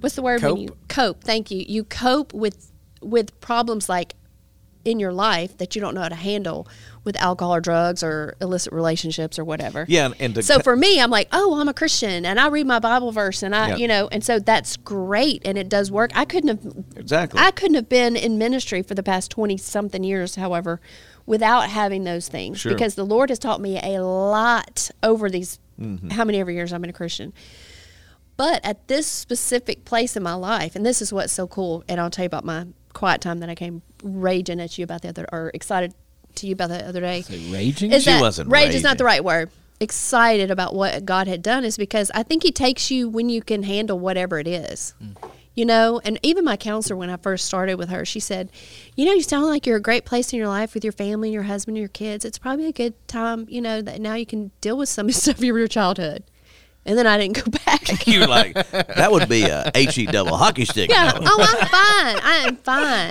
what's the word
Cope?
when you cope? Thank you. You cope with with problems like in your life that you don't know how to handle with alcohol or drugs or illicit relationships or whatever.
Yeah, and- and to-
so for me, I'm like, oh, I'm a Christian and I read my Bible verse and I,
Yeah.
you know, and so that's great and it does work. I couldn't have
Exactly.
I couldn't have been in ministry for the past 20 something years, however, without having those things
Sure.
because the Lord has taught me a lot over these
Mm-hmm.
how many ever years I've been a Christian. But at this specific place in my life, and this is what's so cool, and I'll tell you about my quiet time that I came raging at you about the other, or excited to you about the other day.
raging?
Is
She
that-
wasn't
rage is not the right
raging.
word. Excited about what God had done is because I think He takes you when you can handle whatever it is. You know, and even my counselor, when I first started with her, she said, You know, you sound like you're a great place in your life with your family and your husband and your kids. It's probably a good time, you know, that now you can deal with some of (laughs) the stuff of your childhood. And then I didn't go (laughs) back.
you like, that would be a H-E double hockey stick.
Yeah. Oh, I'm fine. I am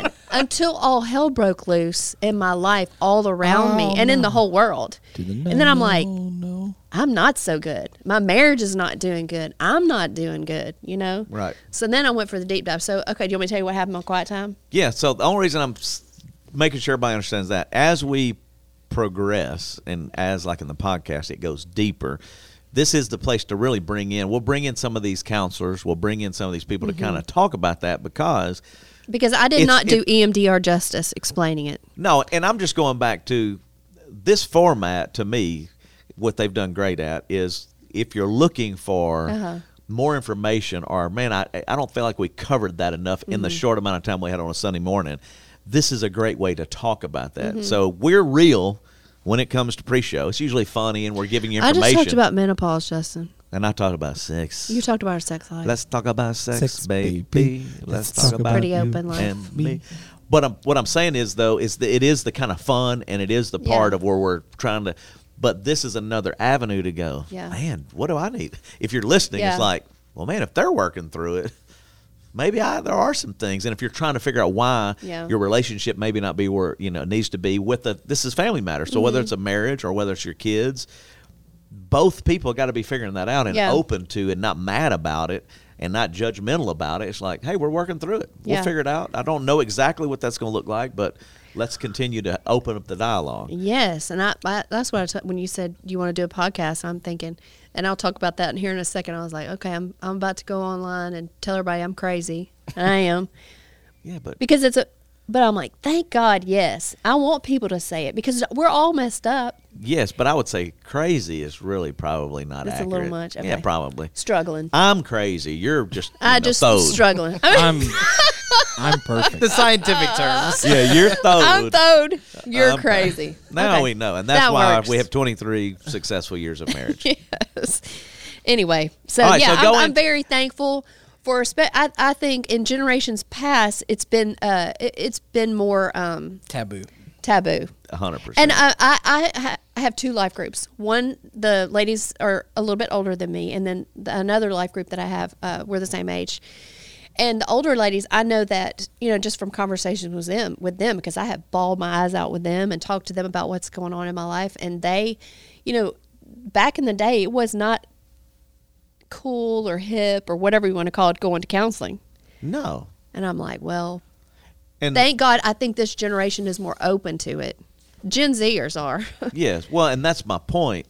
fine. Until all hell broke loose in my life, all around me, and in the whole world. and then I'm like, I'm not so good. My marriage is not doing good. I'm not doing good. You know.
Right.
So then I went for the deep dive. So okay, do you want me to tell you what happened on quiet time?
Yeah. So the only reason I'm s- making sure everybody understands that as we progress and as like in the podcast, it goes deeper. This is the place to really bring in. We'll bring in some of these counselors. We'll bring in some of these people to kind of talk about that because
Because I did
It's-
not do E
it-
EMDR justice explaining it.
no, and I'm just going back to this format to me, what they've done great at is if you're looking for
Uh-huh.
more information or man, I I don't feel like we covered that enough in
Mm-hmm.
the short amount of time we had on a Sunday morning. This is a great way to talk about that.
Mm-hmm.
So we're real when it comes to pre-show. It's usually funny and we're giving you
I
information.
just talked about menopause, Justin.
and I talk about sex.
You talked about our sex life.
Let's talk about sex,
Sex,
baby.
baby.
Let's, talk about
Pretty open life.
and me. But I'm, what I'm saying is though is that it is the kind of fun and it is the part
Yeah.
of where we're trying to. But this is another avenue to go.
Yeah.
Man, what do I need? If you're listening,
Yeah.
it's like, well, man, if they're working through it, maybe I, there are some things. And if you're trying to figure out why
Yeah.
your relationship maybe not
Mm-hmm.
be where you know it needs to be with the this is family matter. So whether it's a marriage or whether it's your kids, both people got to be figuring that out and
Yeah.
open to and not mad about it and not judgmental about it. It's like, hey, we're working through it. We'll
Yeah.
figure it out. I don't know exactly what that's going to look like, but let's continue to open up the dialogue.
Yes, and I, I that's what I t- when you said you want to do a podcast, I'm thinking, and I'll talk about that in here in a second. I was like, okay, I'm I'm about to go online and tell everybody I'm crazy.
(laughs)
I am
Yeah, but
because it's a. But I'm like, thank God, yes. I want people to say it because we're all messed up,
yes, but I would say crazy is really probably not
That's a
accurate.
little much,
Yeah,
okay.
probably.
struggling.
I'm crazy. You're just you
(laughs) I
know,
just
thawed.
struggling. I mean,
I'm I'm
(laughs)
perfect.
(laughs)
The scientific terms.
Yeah, (laughs) you're thawed.
I'm thawed. You're
I'm-
crazy.
(laughs) Now
Okay.
we know, and that's
That
why
works.
we have 23 successful years
(laughs)
of marriage.
yes. Anyway, so
All right, so
yeah, I'm,
going-
I'm very thankful for. Spe- I, I think in generations past, it's been uh, it, it's been more um,
Taboo.
taboo.
100%.
And I, I, I, ha- I have two life groups. One, the ladies are a little bit older than me, and then the, another life group that I have, uh, we're the same age. And the older ladies, I know that you know just from conversations with them, with them, because I have bawled my eyes out with them and talked to them about what's going on in my life, and they, you know, back in the day, it was not cool or hip or whatever you want to call it going to counseling.
no.
And I'm like, well,
And
thank God, I think this generation is more open to it. Gen Zers are. (laughs)
Yes. Well, and that's my point.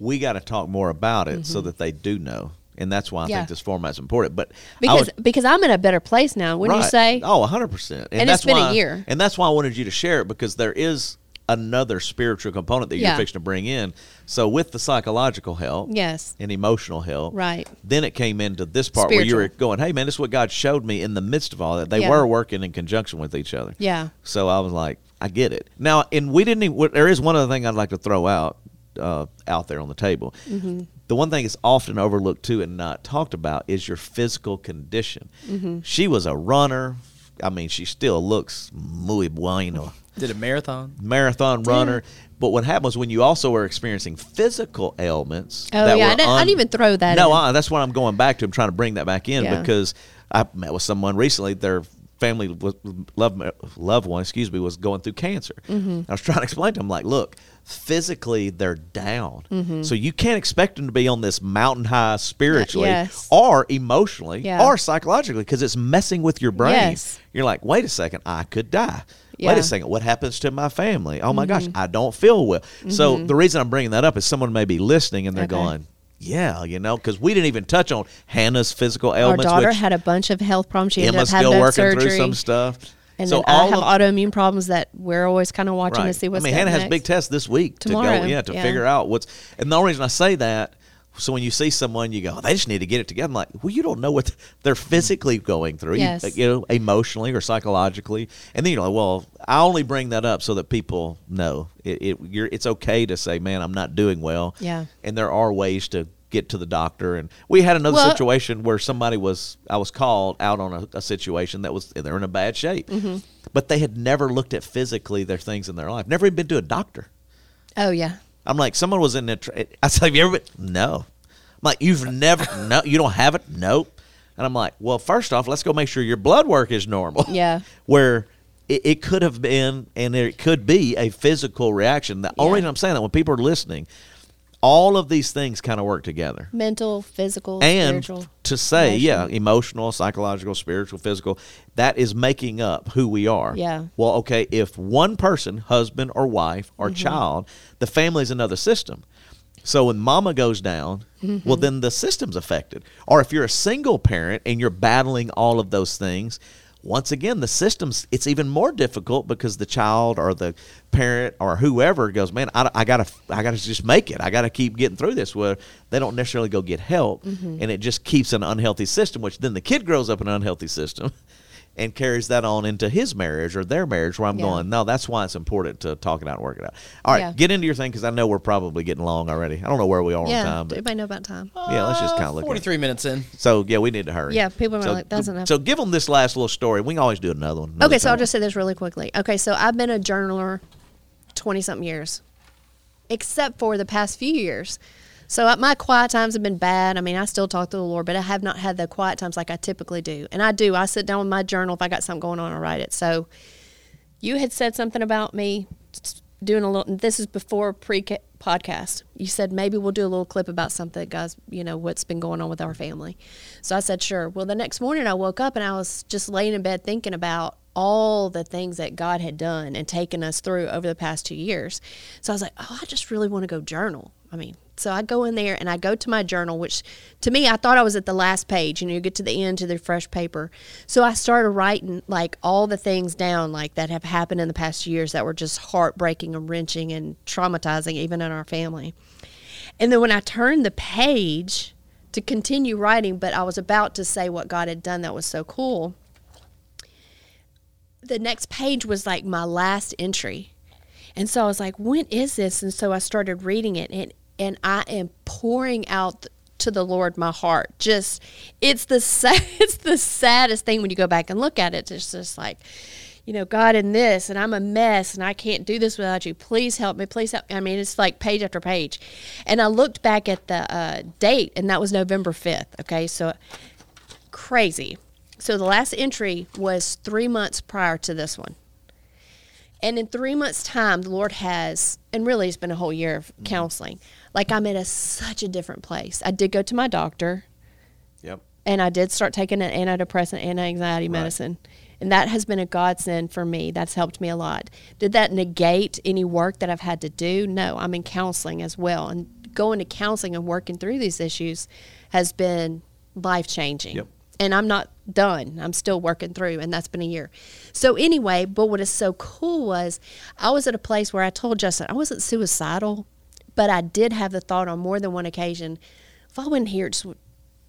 We got to talk more about it so that they do know. And that's why I
Mm-hmm. Yeah.
think this format is important. But I
because
was-
because I'm in a better place now. Wouldn't you
right.
say?
Oh, 100%.
And it's been a
why,
year.
And that's why I wanted you to share it because there is another spiritual component that
Yeah.
you're fixing to bring in. So, with the psychological help
Yes.
and emotional help,
Right.
then it came into this part where you were
Spiritual.
going, hey, man, this is what God showed me in the midst of all that. They
Yeah.
were working in conjunction with each other.
Yeah.
So I was like, I get it. Now, and we didn't even, there is one other thing I'd like to throw out uh, out there on the table. The one thing that's often overlooked too and not talked about is your physical condition. She was a runner. I mean, she still looks muy bueno,
Did a marathon.
marathon runner. But what happened was when you also were experiencing physical ailments.
Oh, yeah, I didn't- I didn't even throw that
No,
in.
uh, that's what I'm going back to. I'm trying to bring that back in
Yeah.
because I met with someone recently. Their family was, loved loved one, excuse me, was going through cancer.
Mm-hmm.
I was trying to explain to them like, look, physically they're down,
Mm-hmm.
so you can't expect them to be on this mountain high spiritually
yes.
or emotionally
Yeah.
or psychologically because it's messing with your brain.
Yes.
You're like, wait a second, I could die. Wait
Yeah.
a second, what happens to my family? Oh my
Mm-hmm.
gosh, I don't feel well. So the reason I'm bringing that up is someone may be listening and they're
Okay.
going, yeah, you know, because we didn't even touch on Hannah's physical
Our
ailments.
daughter
which
had a bunch of health problems. She ended
Emma's
up having
still
to have
working
surgery,
through some stuff.
and
so
then
all
I have
of,
autoimmune problems that we're always kind of watching to see what's.
I mean, Hannah
next.
has big tests this week to
Tomorrow,
go, yeah, to
yeah.
figure out what's. And the only reason I say that, so when you see someone, you go, oh, they just need to get it together. I'm like, well, you don't know what they're physically going through, you-
Yes.
you know, emotionally or psychologically. And then you're like, well, I only bring that up so that people know it. it you're, it's okay to say, man, I'm not doing well.
Yeah.
And there are ways to get to the doctor and we had another
Well-
situation where somebody was i was called out on a, a situation that was they're in a bad shape but they had never looked at physically their things in their life never even been to a doctor
Oh yeah,
i'm like someone was in a tra- i said have you ever been no i'm like you've never no you don't have it nope and i'm like well first off let's go make sure your blood work is normal
Yeah.
(laughs) where it, it could have been and it could be a physical reaction the
Yeah.
only reason i'm saying that when people are listening all of these things kind of work together
mental, physical,
and
spiritual.
to say
emotional.
yeah emotional psychological spiritual physical that is making up who we are
Yeah.
well okay if one person husband or wife or child the family's another system so when mama goes down well then the system's affected or if you're a single parent and you're battling all of those things once again the system's it's even more difficult because the child or the parent or whoever goes man i, I gotta i gotta just make it i gotta keep getting through this where they don't necessarily go get help and it just keeps an unhealthy system which then the kid grows up in an unhealthy system (laughs) and carries that on into his marriage or their marriage where i'm
Yeah.
going no that's why it's important to talk it out and work it out all right
Yeah.
get into your thing because i know we're probably getting long already i don't know where we are
yeah,
on time but
everybody know about time.
yeah let's just kind of look at it.
Forty-three minutes in.
So yeah, we need to hurry.
Yeah, people are
so,
like, "That's enough."
So give them this last little story. We can always do another one. another
Okay, so I'll
time.
just say this really quickly. Okay, so I've been a journaler 20 something years, except for the past few years. So uh, my quiet times have been bad. I mean, I still talk to the Lord, but I have not had the quiet times like I typically do. And I do. I sit down with my journal. If I got something going on, I write it. So you had said something about me s- doing a little. This is before pre podcast. You said maybe we'll do a little clip about something, guys. You know what's been going on with our family. So I said sure. Well, the next morning I woke up and I was just laying in bed thinking about all the things that God had done and taken us through over the past two years. So I was like, oh, I just really want to go journal. I mean, so I go in there and I go to my journal, which to me, I thought I was at the last page. You know, you get to the end to the fresh paper. So I started writing like all the things down, like that have happened in the past years that were just heartbreaking and wrenching and traumatizing, even in our family. And then when I turned the page to continue writing, but I was about to say what God had done that was so cool, the next page was like my last entry. And so I was like, when is this? And so I started reading it and and I am pouring out to the Lord my heart. Just it's the sa- (laughs) it's the saddest thing when you go back and look at it. It's just like you know, God in this, and I'm a mess, and I can't do this without you. Please help me. Please help me. I mean, it's like page after page. And I looked back at the uh, date, and that was November 5th. Okay, so crazy. So the last entry was three months prior to this one. And in three months' time, the Lord has, and really it's been a whole year of counseling. Like I'm at a, such a different place. I did go to my doctor
Yep.
and I did start taking an antidepressant, anti anxiety medicine. And that has been a godsend for me. That's helped me a lot. Did that negate any work that I've had to do? No, I'm in counseling as well. And going to counseling and working through these issues has been life changing.
Yep.
And I'm not done. I'm still working through, and that's been a year. So, anyway, but what is so cool was I was at a place where I told Justin I wasn't suicidal, but I did have the thought on more than one occasion if I wasn't here, it just would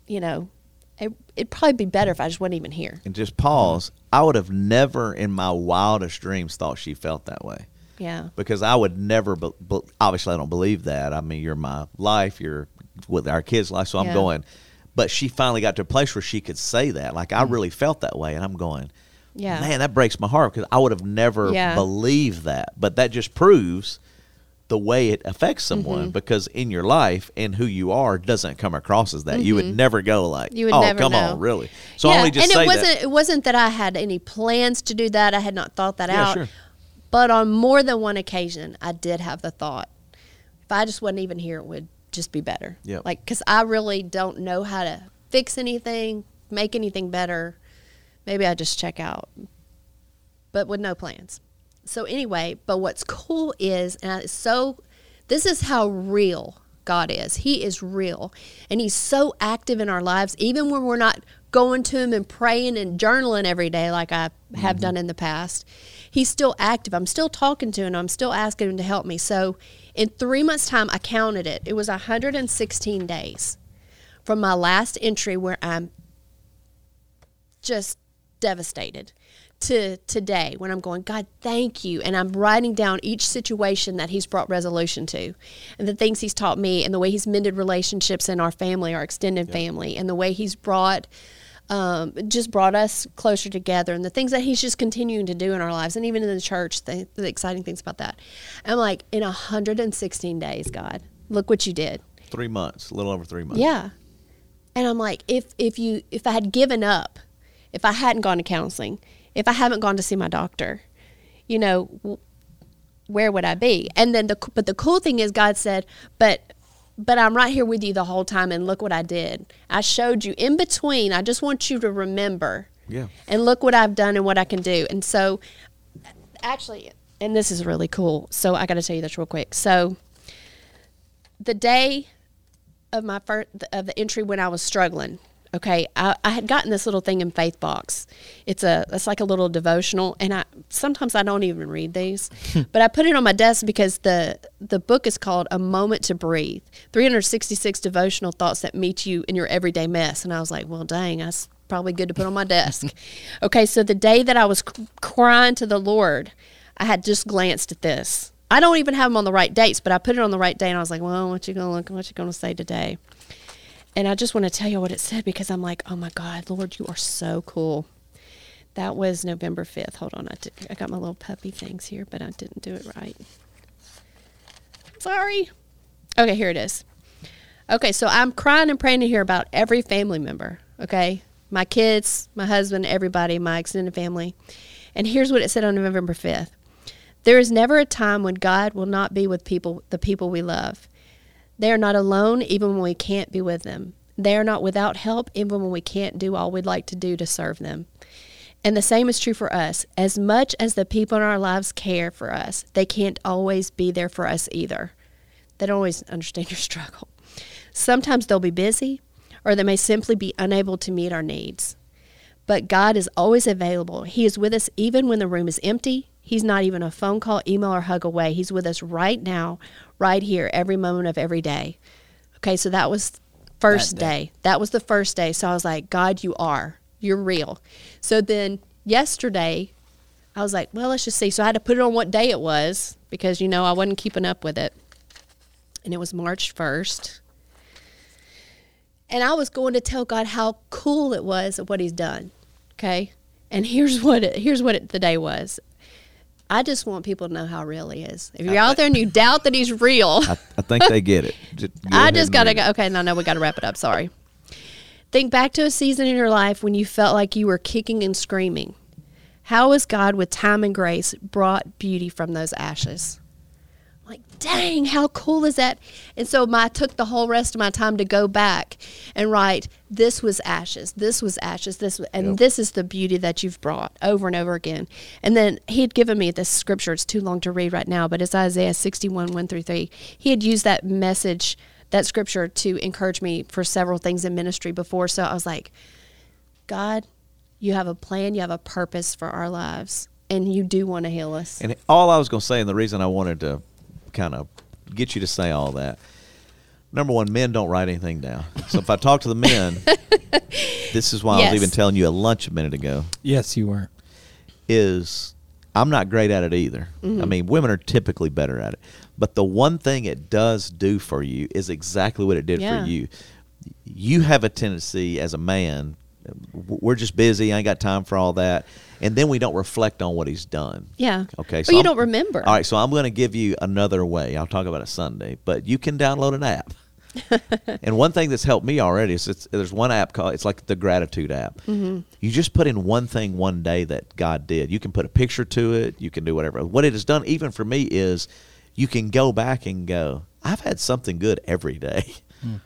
you know, it, it'd probably be better if I just wasn't even here.
And just pause. I would have never in my wildest dreams thought she felt that way.
Yeah.
because I would never. Be, be, obviously, I don't believe that. I mean, you're my life. You're with our kids' life. So I'm
Yeah.
going. But she finally got to a place where she could say that. Like I really felt that way, and I'm going.
Mm. Yeah.
Man, that breaks my heart because I would have never
Yeah.
believed that. But that just proves the way it affects someone
Mm-hmm.
because in your life and who you are doesn't come across as that. You would never go like,
Mm-hmm. You would
oh,
never
come
know."
on, really. So I
yeah.
only just
and
say
it wasn't
that.
it wasn't that I had any plans to do that. I had not thought that
Yeah,
out.
sure.
But on more than one occasion, I did have the thought if I just wasn't even here, it would just be better.
Yep.
Like, because I really don't know how to fix anything, make anything better. Maybe I just check out, but with no plans. So, anyway, but what's cool is, and it's so, this is how real God is. He is real, and He's so active in our lives, even when we're not going to Him and praying and journaling every day like I have done in the past. He's still active. I'm still talking to Him, I'm still asking Him to help me. So, in three months' time, I counted it. It was 116 days from my last entry where I'm just devastated to today when I'm going, God, thank you. And I'm writing down each situation that He's brought resolution to and the things He's taught me and the way He's mended relationships in our family, our extended family, and the way He's brought. Um, just brought us closer together and the things that he's just continuing to do in our lives and even in the church the, the exciting things about that i'm like in 116 days god look what you did
Three months, a little over three months.
yeah. And I'm like, if if you if I had given up, if I hadn't gone to counseling, if I haven't gone to see my doctor, you know, w- where would I be? And then the but the cool thing is God said, but but I'm right here with you the whole time and look what I did. I showed you in between. I just want you to remember.
Yeah.
And look what I've done and what I can do. And so actually and this is really cool. So I got to tell you this real quick. So the day of my first of the entry when I was struggling. Okay, I, I had gotten this little thing in Faith Box. It's a it's like a little devotional, and I sometimes I don't even read these, but I put it on my desk because the the book is called A Moment to Breathe: 366 Devotional Thoughts That Meet You in Your Everyday Mess. And I was like, well, dang, that's probably good to put on my desk. okay, so the day that I was c- crying to the Lord, I had just glanced at this. I don't even have them on the right dates, but I put it on the right day, and I was like, "Well, what you gonna look? What you gonna say today?" And I just want to tell you what it said because I'm like, "Oh my God, Lord, you are so cool." That was November fifth. Hold on, I, did, I got my little puppy things here, but I didn't do it right. Sorry. Okay, here it is. Okay, so I'm crying and praying to hear about every family member. Okay, my kids, my husband, everybody, my extended family. And here's what it said on November 5th There is never a time when God will not be with people, the people we love. They are not alone even when we can't be with them. They are not without help even when we can't do all we'd like to do to serve them. And the same is true for us. As much as the people in our lives care for us, they can't always be there for us either. They don't always understand (laughs) your struggle. Sometimes they'll be busy, or they may simply be unable to meet our needs. But God is always available. He is with us even when the room is empty. He's not even a phone call, email, or hug away. He's with us right now, right here, every moment of every day. Okay, so that was first day. That was the first day. So I was like, God, you are. You're real. So then yesterday, I was like, well, let's just see. So I had to put it on what day it was because, you know, I wasn't keeping up with it. And it was March 1st. And I was going to tell God how cool it was of what he's done. Okay. And here's what it, here's what it, the day was. I just want people to know how real he is. If you're out there
(laughs)
and you doubt that he's real,
I, I think they
(laughs)
get it. go
I
ahead
just
and
gotta
read it.
go. Okay, no, no, we gotta wrap it up. Sorry. Think back to a season in your life when you felt like you were kicking and screaming. How has God, with time and grace, brought beauty from those ashes? Like, dang, how cool is that? And so my, I took the whole rest of my time to go back and write, this was ashes, this was ashes, this was, and this is the beauty that you've brought over and over again. And then he had given me this scripture. It's too long to read right now, but it's Isaiah 61, 1 through 3. He had used that message, that scripture, to encourage me for several things in ministry before. So I was like, God, you have a plan, you have a purpose for our lives, and you do want to heal us.
And all I was going to say, and the reason I wanted to kind of get you to say all that, number one, men don't write anything down. So if I talk to
(laughs)
the men, this is why I
Yes.
was even telling you at lunch a minute ago,
Yes, you were.
is I'm not great at it either. I mean, women are typically better at it. But the one thing it does do for you is exactly what it did
Yeah.
for you. You have a tendency as a man, w- we're just busy, I ain't got time for all that. And then we don't reflect on what he's done.
Yeah.
Okay.
Or you
I'm-
don't remember.
All right. So I'm going to give you another way. I'll talk about it Sunday, but you can download
(laughs)
an app. and one thing that's helped me already is it's, there's one app called it's like the gratitude app.
Mm-hmm.
You just put in one thing one day that God did. You can put a picture to it. You can do whatever. What it has done, even for me, is you can go back and go. I've had something good every day.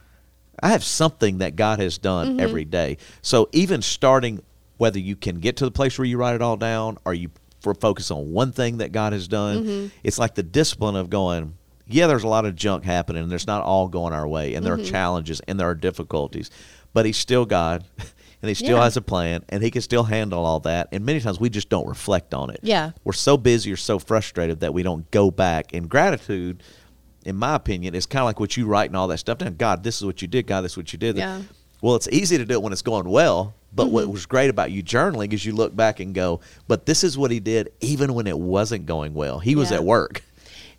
(laughs) I have something that God has done every day. So even starting, whether you can get to the place where you write it all down or you for focus on one thing that God has done, it's like the discipline of going. Yeah, there's a lot of junk happening, and there's not all going our way, and there are challenges and there are difficulties, but He's still God, (laughs) and He still
Yeah.
has a plan, and He can still handle all that. And many times we just don't reflect on it.
Yeah.
we're so busy or so frustrated that we don't go back. And gratitude, in my opinion, is kind of like what you write and all that stuff down. God, this is what you did. God, this is what you did.
Yeah. Mm-hmm.
Well, it's easy to do it when it's going well. But what was great about you journaling is you look back and go, but this is what he did even when it wasn't going well. He was
Yeah.
at work.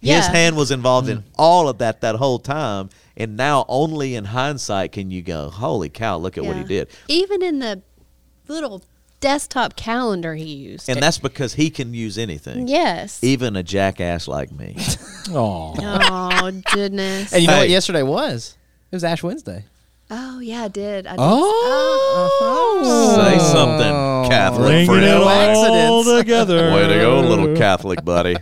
His
Yeah. Mm-hmm.
hand was involved in all of that that whole time. And now only in hindsight can you go, holy cow, look at what he
Yeah.
did.
Even in the little desktop calendar he used.
And that's because he can use anything,
yes.
even a jackass like me.
Oh,
oh goodness.
And you know what
Hey.
yesterday was? It was Ash Wednesday.
oh yeah, I did. I did. Oh.
oh,
Say something, Catherine.
Bringing it
Friend.
all
accidents.
together.
Way to go, little Catholic
(laughs)
buddy.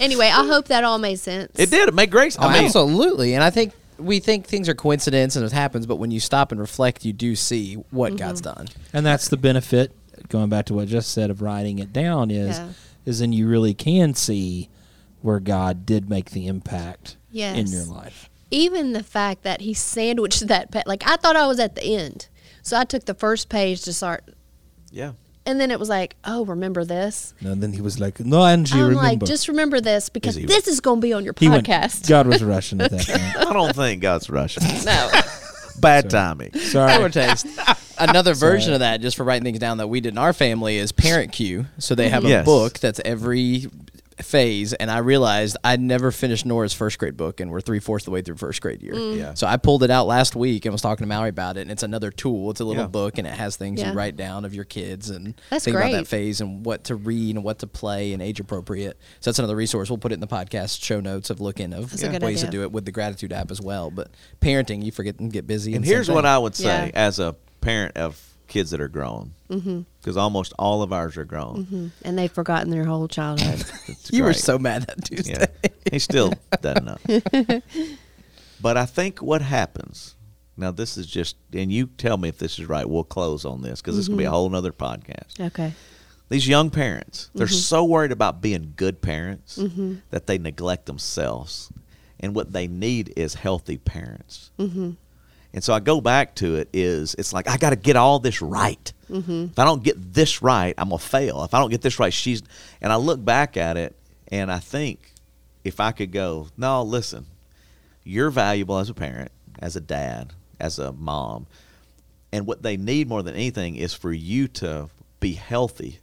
Anyway, I hope that all made sense.
It did. It made great.
Oh,
I mean,
absolutely. And I think we think things are coincidence and it happens, but when you stop and reflect, you do see what God's done.
And that's the benefit, going back to what I just said of writing it down, is
Yeah.
is then you really can see where God did make the impact in
Yes.
your life.
Even the fact that he sandwiched that pa- like I thought I was at the end. So I took the first page to start
yeah.
and then it was like, "Oh, remember this?"
And then he was like, "No, Angie,
I'm
remember."
like, "Just remember this because
he-
this is going to be on your
he went,
podcast."
God was Russian at that point.
I don't think God's
(laughs)
Russian.
(laughs) no.
(laughs) Bad timing.
Sorry.
Power taste. Another version of that, just for writing things down that we did in our family, is Parent Q. So they have a
Yes.
book that's every phase, and I realized I'd never finished Nora's first grade book, and we're three fourths of the way through first grade year.
Yeah.
So I pulled it out last week and was talking to Mallory about it, and it's another tool. It's a little
Yeah.
book, and it has things
Yeah.
you write down of your kids and
That's
think about that
great.
phase and what to read and what to play and age appropriate. So that's another resource. We'll put it in the podcast show notes of looking of
That's a good
ways to
idea.
do it with the gratitude app as well. But parenting, you forget and get busy.
And here's what I would say
Yeah.
as a parent of kids that are grown because
Mm-hmm.
almost all of ours are grown.
Mm, and they've forgotten their whole
(laughs)
childhood.
It's
You were
great.
so mad that Tuesday. (laughs)
Yeah. he still doesn't know. but I think what happens now, this is just, and you tell me if this is right. We'll close on this because this going to be a
Mm-hmm.
whole nother podcast.
okay.
These young parents, they're so worried about being good parents that they neglect themselves. And what they need is healthy parents. And so I go back to it is it's like I got to get all this right. If I don't get this right, I'm gonna fail. If I don't get this right, she's and I look back at it and I think if I could go, no, listen, you're valuable as a parent, as a dad, as a mom. And what they need more than anything is for you to be healthy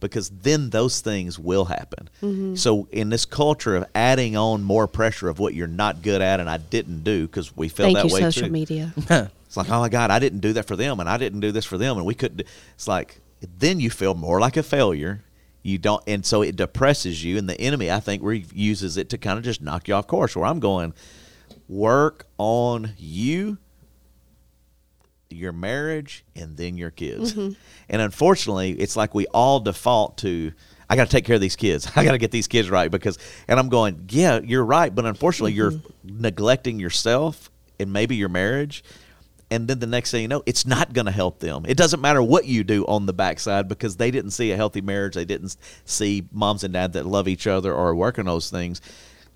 because then those things will happen. So in this culture of adding on more pressure of what you're not good at and I didn't do because we feel
Thank
that
you,
way
social
too. (laughs)
media.
It's like, oh my God, I didn't do that for them, and I didn't do this for them, and we couldn't. do-" It's like then you feel more like a failure. You don't, and so it depresses you. And the enemy, I think, re- uses it to kind of just knock you off course. Where I'm going, work on you, your marriage, and then your kids. And unfortunately, it's like we all default to. I got to take care of these kids. (laughs) I got to get these kids right because, and I'm going, yeah, you're right. But unfortunately, you're neglecting yourself and maybe your marriage and then the next thing you know, it's not going to help them. It doesn't matter what you do on the backside because they didn't see a healthy marriage. They didn't see moms and dad that love each other or work on those things.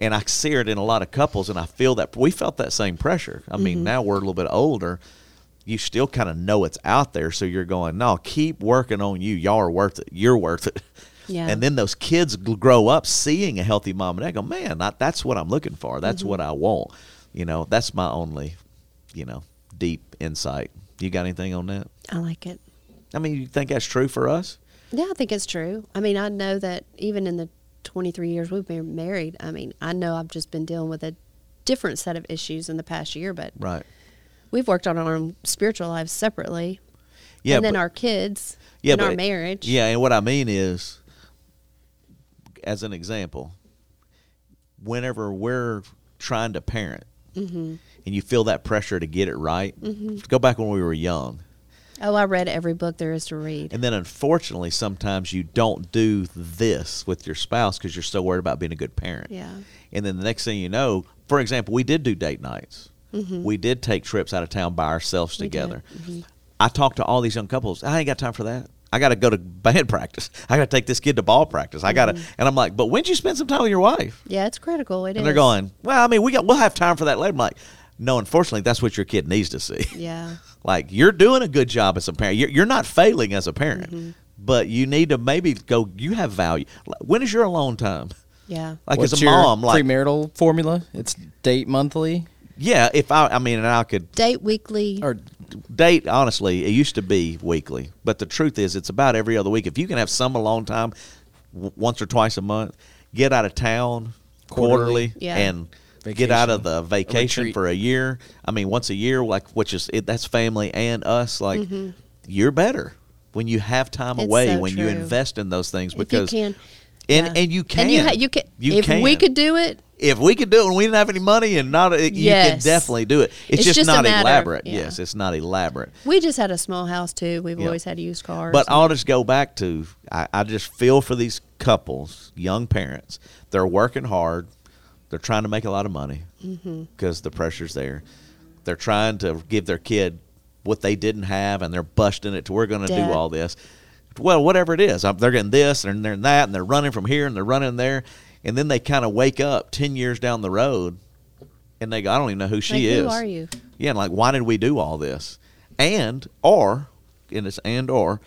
And I see it in a lot of couples, and I feel that we felt that same pressure. I mean, now we're a little bit older. You still kind of know it's out there, so you're going, no, keep working on you. Y'all are worth it. You're worth it.
Yeah.
And then those kids gl- grow up seeing a healthy mom and dad, go, man, I, that's what I'm looking for. That's what I want. You know, that's my only, you know, deep insight. You got anything on that?
I like it.
I mean, you think that's true for us?
Yeah, I think it's true. I mean, I know that even in the 23 years we've been married, I mean, I know I've just been dealing with a different set of issues in the past year, but
Right.
we've worked on our own spiritual lives separately.
Yeah.
and then
but-
our kids
yeah,
and our
but-
marriage.
Yeah, and what I mean is, as an example, whenever we're trying to parent,
Mm-hmm.
and you feel that pressure to get it right, go back when we were young.
Oh, I read every book there is to read.
And then unfortunately, sometimes you don't do this with your spouse because you're so worried about being a good parent.
Yeah.
And then the next thing you know, for example, we did do date nights. We did take trips out of town by ourselves
Mm-hmm. did. Mm-hmm.
together. I talked to all these young couples. I ain't got time for that. I got to go to band (laughs) practice. I got to take this kid to ball practice. I got to,
Mm-hmm.
and I'm like, but when'd you spend some time with your wife?
yeah, it's critical. It is.
and they're going, well, I mean, we got, we'll have time for that later. I'm like, no, unfortunately, that's what your kid needs to see.
Yeah.
Like you're doing a good job as a parent. You're, you're not failing as a parent,
Mm-hmm.
but you need to maybe go. You have value. Like, When is your alone time? (laughs)
Yeah.
Like
What's
as a
your
mom, like
premarital formula? It's date monthly
yeah. If I, I mean, and I could
Date weekly.
or
date. Honestly, it used to be weekly, but the truth is, it's about every other week. If you can have some alone time, w- once or twice a month, get out of town quarterly,
Quarterly.
Yeah.
and get out of
Vacation.
the vacation
retreat.
for a year. I mean, once a year, like which is it, that's family and us. Like you're better when you have time
Mm-hmm. It's
away
so
when you
true.
invest in those things
If you
because
can.
and
Yeah.
and you can
And you, ha- you can.
You
if
can.
we could do it,
if we could do it and we didn't have any money and not it, you can
Yes.
definitely do it. It's,
It's
just,
just a
not
matter of-
elaborate.
yeah.
Yes, it's not elaborate.
we just had a small house too. We've
Yeah.
always had used cars.
But I'll just go back to I, I just feel for these couples, young parents. They're working hard. They're trying to make a lot of money
Mm-hmm.
because the pressure's there. They're trying to give their kid what they didn't have, and they're busting it to we're going to do
Dad.
all this. Well, whatever it is, I'm- they're getting this and they're that, and they're running from here and they're running there, and then they kind of wake up ten years down the road, and they go, I don't even know who she
Like,
is.
who are you?
Yeah, and like why did we do all this? And or and it's and or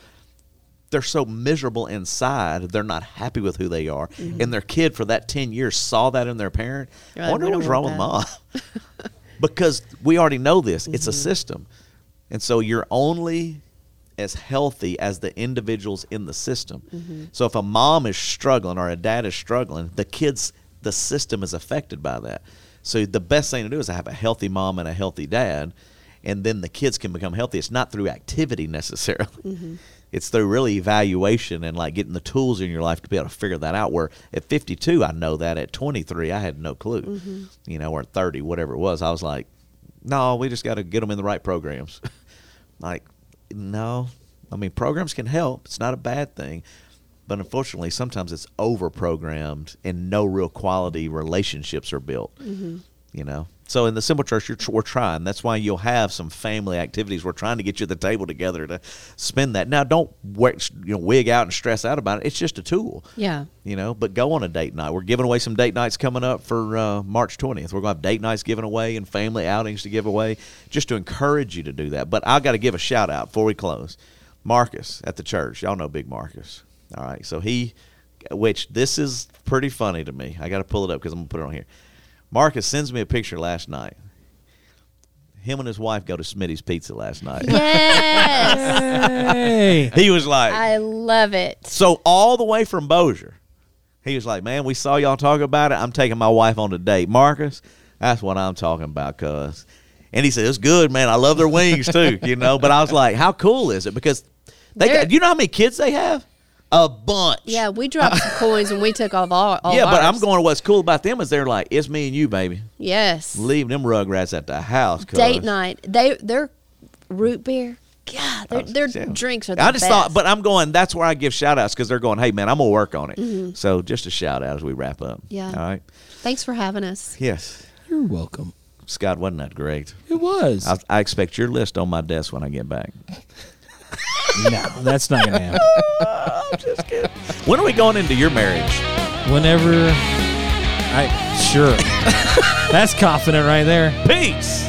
they're so miserable inside, they're not happy with who they are. And their kid for that ten years saw that in their parent.
You're
I
Mm-hmm. like,
wonder
"We
what
don't
was wrong with mom. (laughs)
want
because we already know this. It's
Mm-hmm.
a system. And so you're only as healthy as the individuals in the system.
Mm-hmm.
So if a mom is struggling or a dad is struggling, the kids the system is affected by that. So the best thing to do is to have a healthy mom and a healthy dad and then the kids can become healthy. It's not through activity necessarily. (laughs) It's through really evaluation and like getting the tools in your life to be able to figure that out. Where at 52, I know that. At 23, I had no clue, you know, or at (laughs) 30, whatever it was. I was like, no, we just got to get them in the right programs. like, no. I mean, programs can help. It's not a bad thing. But unfortunately, sometimes it's over programmed and no real quality relationships are built. You know? So in the simple church, you're tr- we're trying. That's why you'll have some family activities. We're trying to get you at the table together to spend that. Now, don't work, you know, wig out and stress out about it. It's just a tool
Yeah.
you know but go on a date night we're giving away some date nights coming up for uh, march 20th we're going to have date nights given away and family outings to give away just to encourage you to do that but i got to give a shout out before we close marcus at the church y'all know big marcus all right so he which this is pretty funny to me i got to pull it up because i'm going to put it on here marcus sends me a picture last night him and his wife go to smitty's pizza last night
Yes.
Hey.
he was
(laughs)
like
I love it.
so all the way from Bozier, he was like, "Man, we saw y'all talk about it. I'm taking my wife on a date, Marcus. That's what I'm talking about, cuz." And he said, "It's good, man. I love their wings too, (laughs) you know." But I was like, "How cool is it?" Because they,
They're-
got, you know how many kids they have? A bunch.
Yeah, we dropped some coins and we took off all. all
yeah. But
ours.
I'm going. What's cool about them is they're like, "It's me and you, baby.
Yes.
Leave them rugrats at the house." Cuz.
Date night. They their root beer. God, their, their
Yeah.
drinks are. The
Oh, I just
best.
thought, but I'm going. That's where I give shout outs because they're going. Hey, man, I'm gonna work on it. So just a shout out as we wrap up.
Mm-hmm. Yeah.
All right.
thanks for having us.
Yes.
You're welcome.
Scott, wasn't that great?
It was.
I, I expect your list on my desk when I get back.
no, that's not gonna happen.
When are we going into your marriage?
Whenever I sure. that's confident right there.
Peace.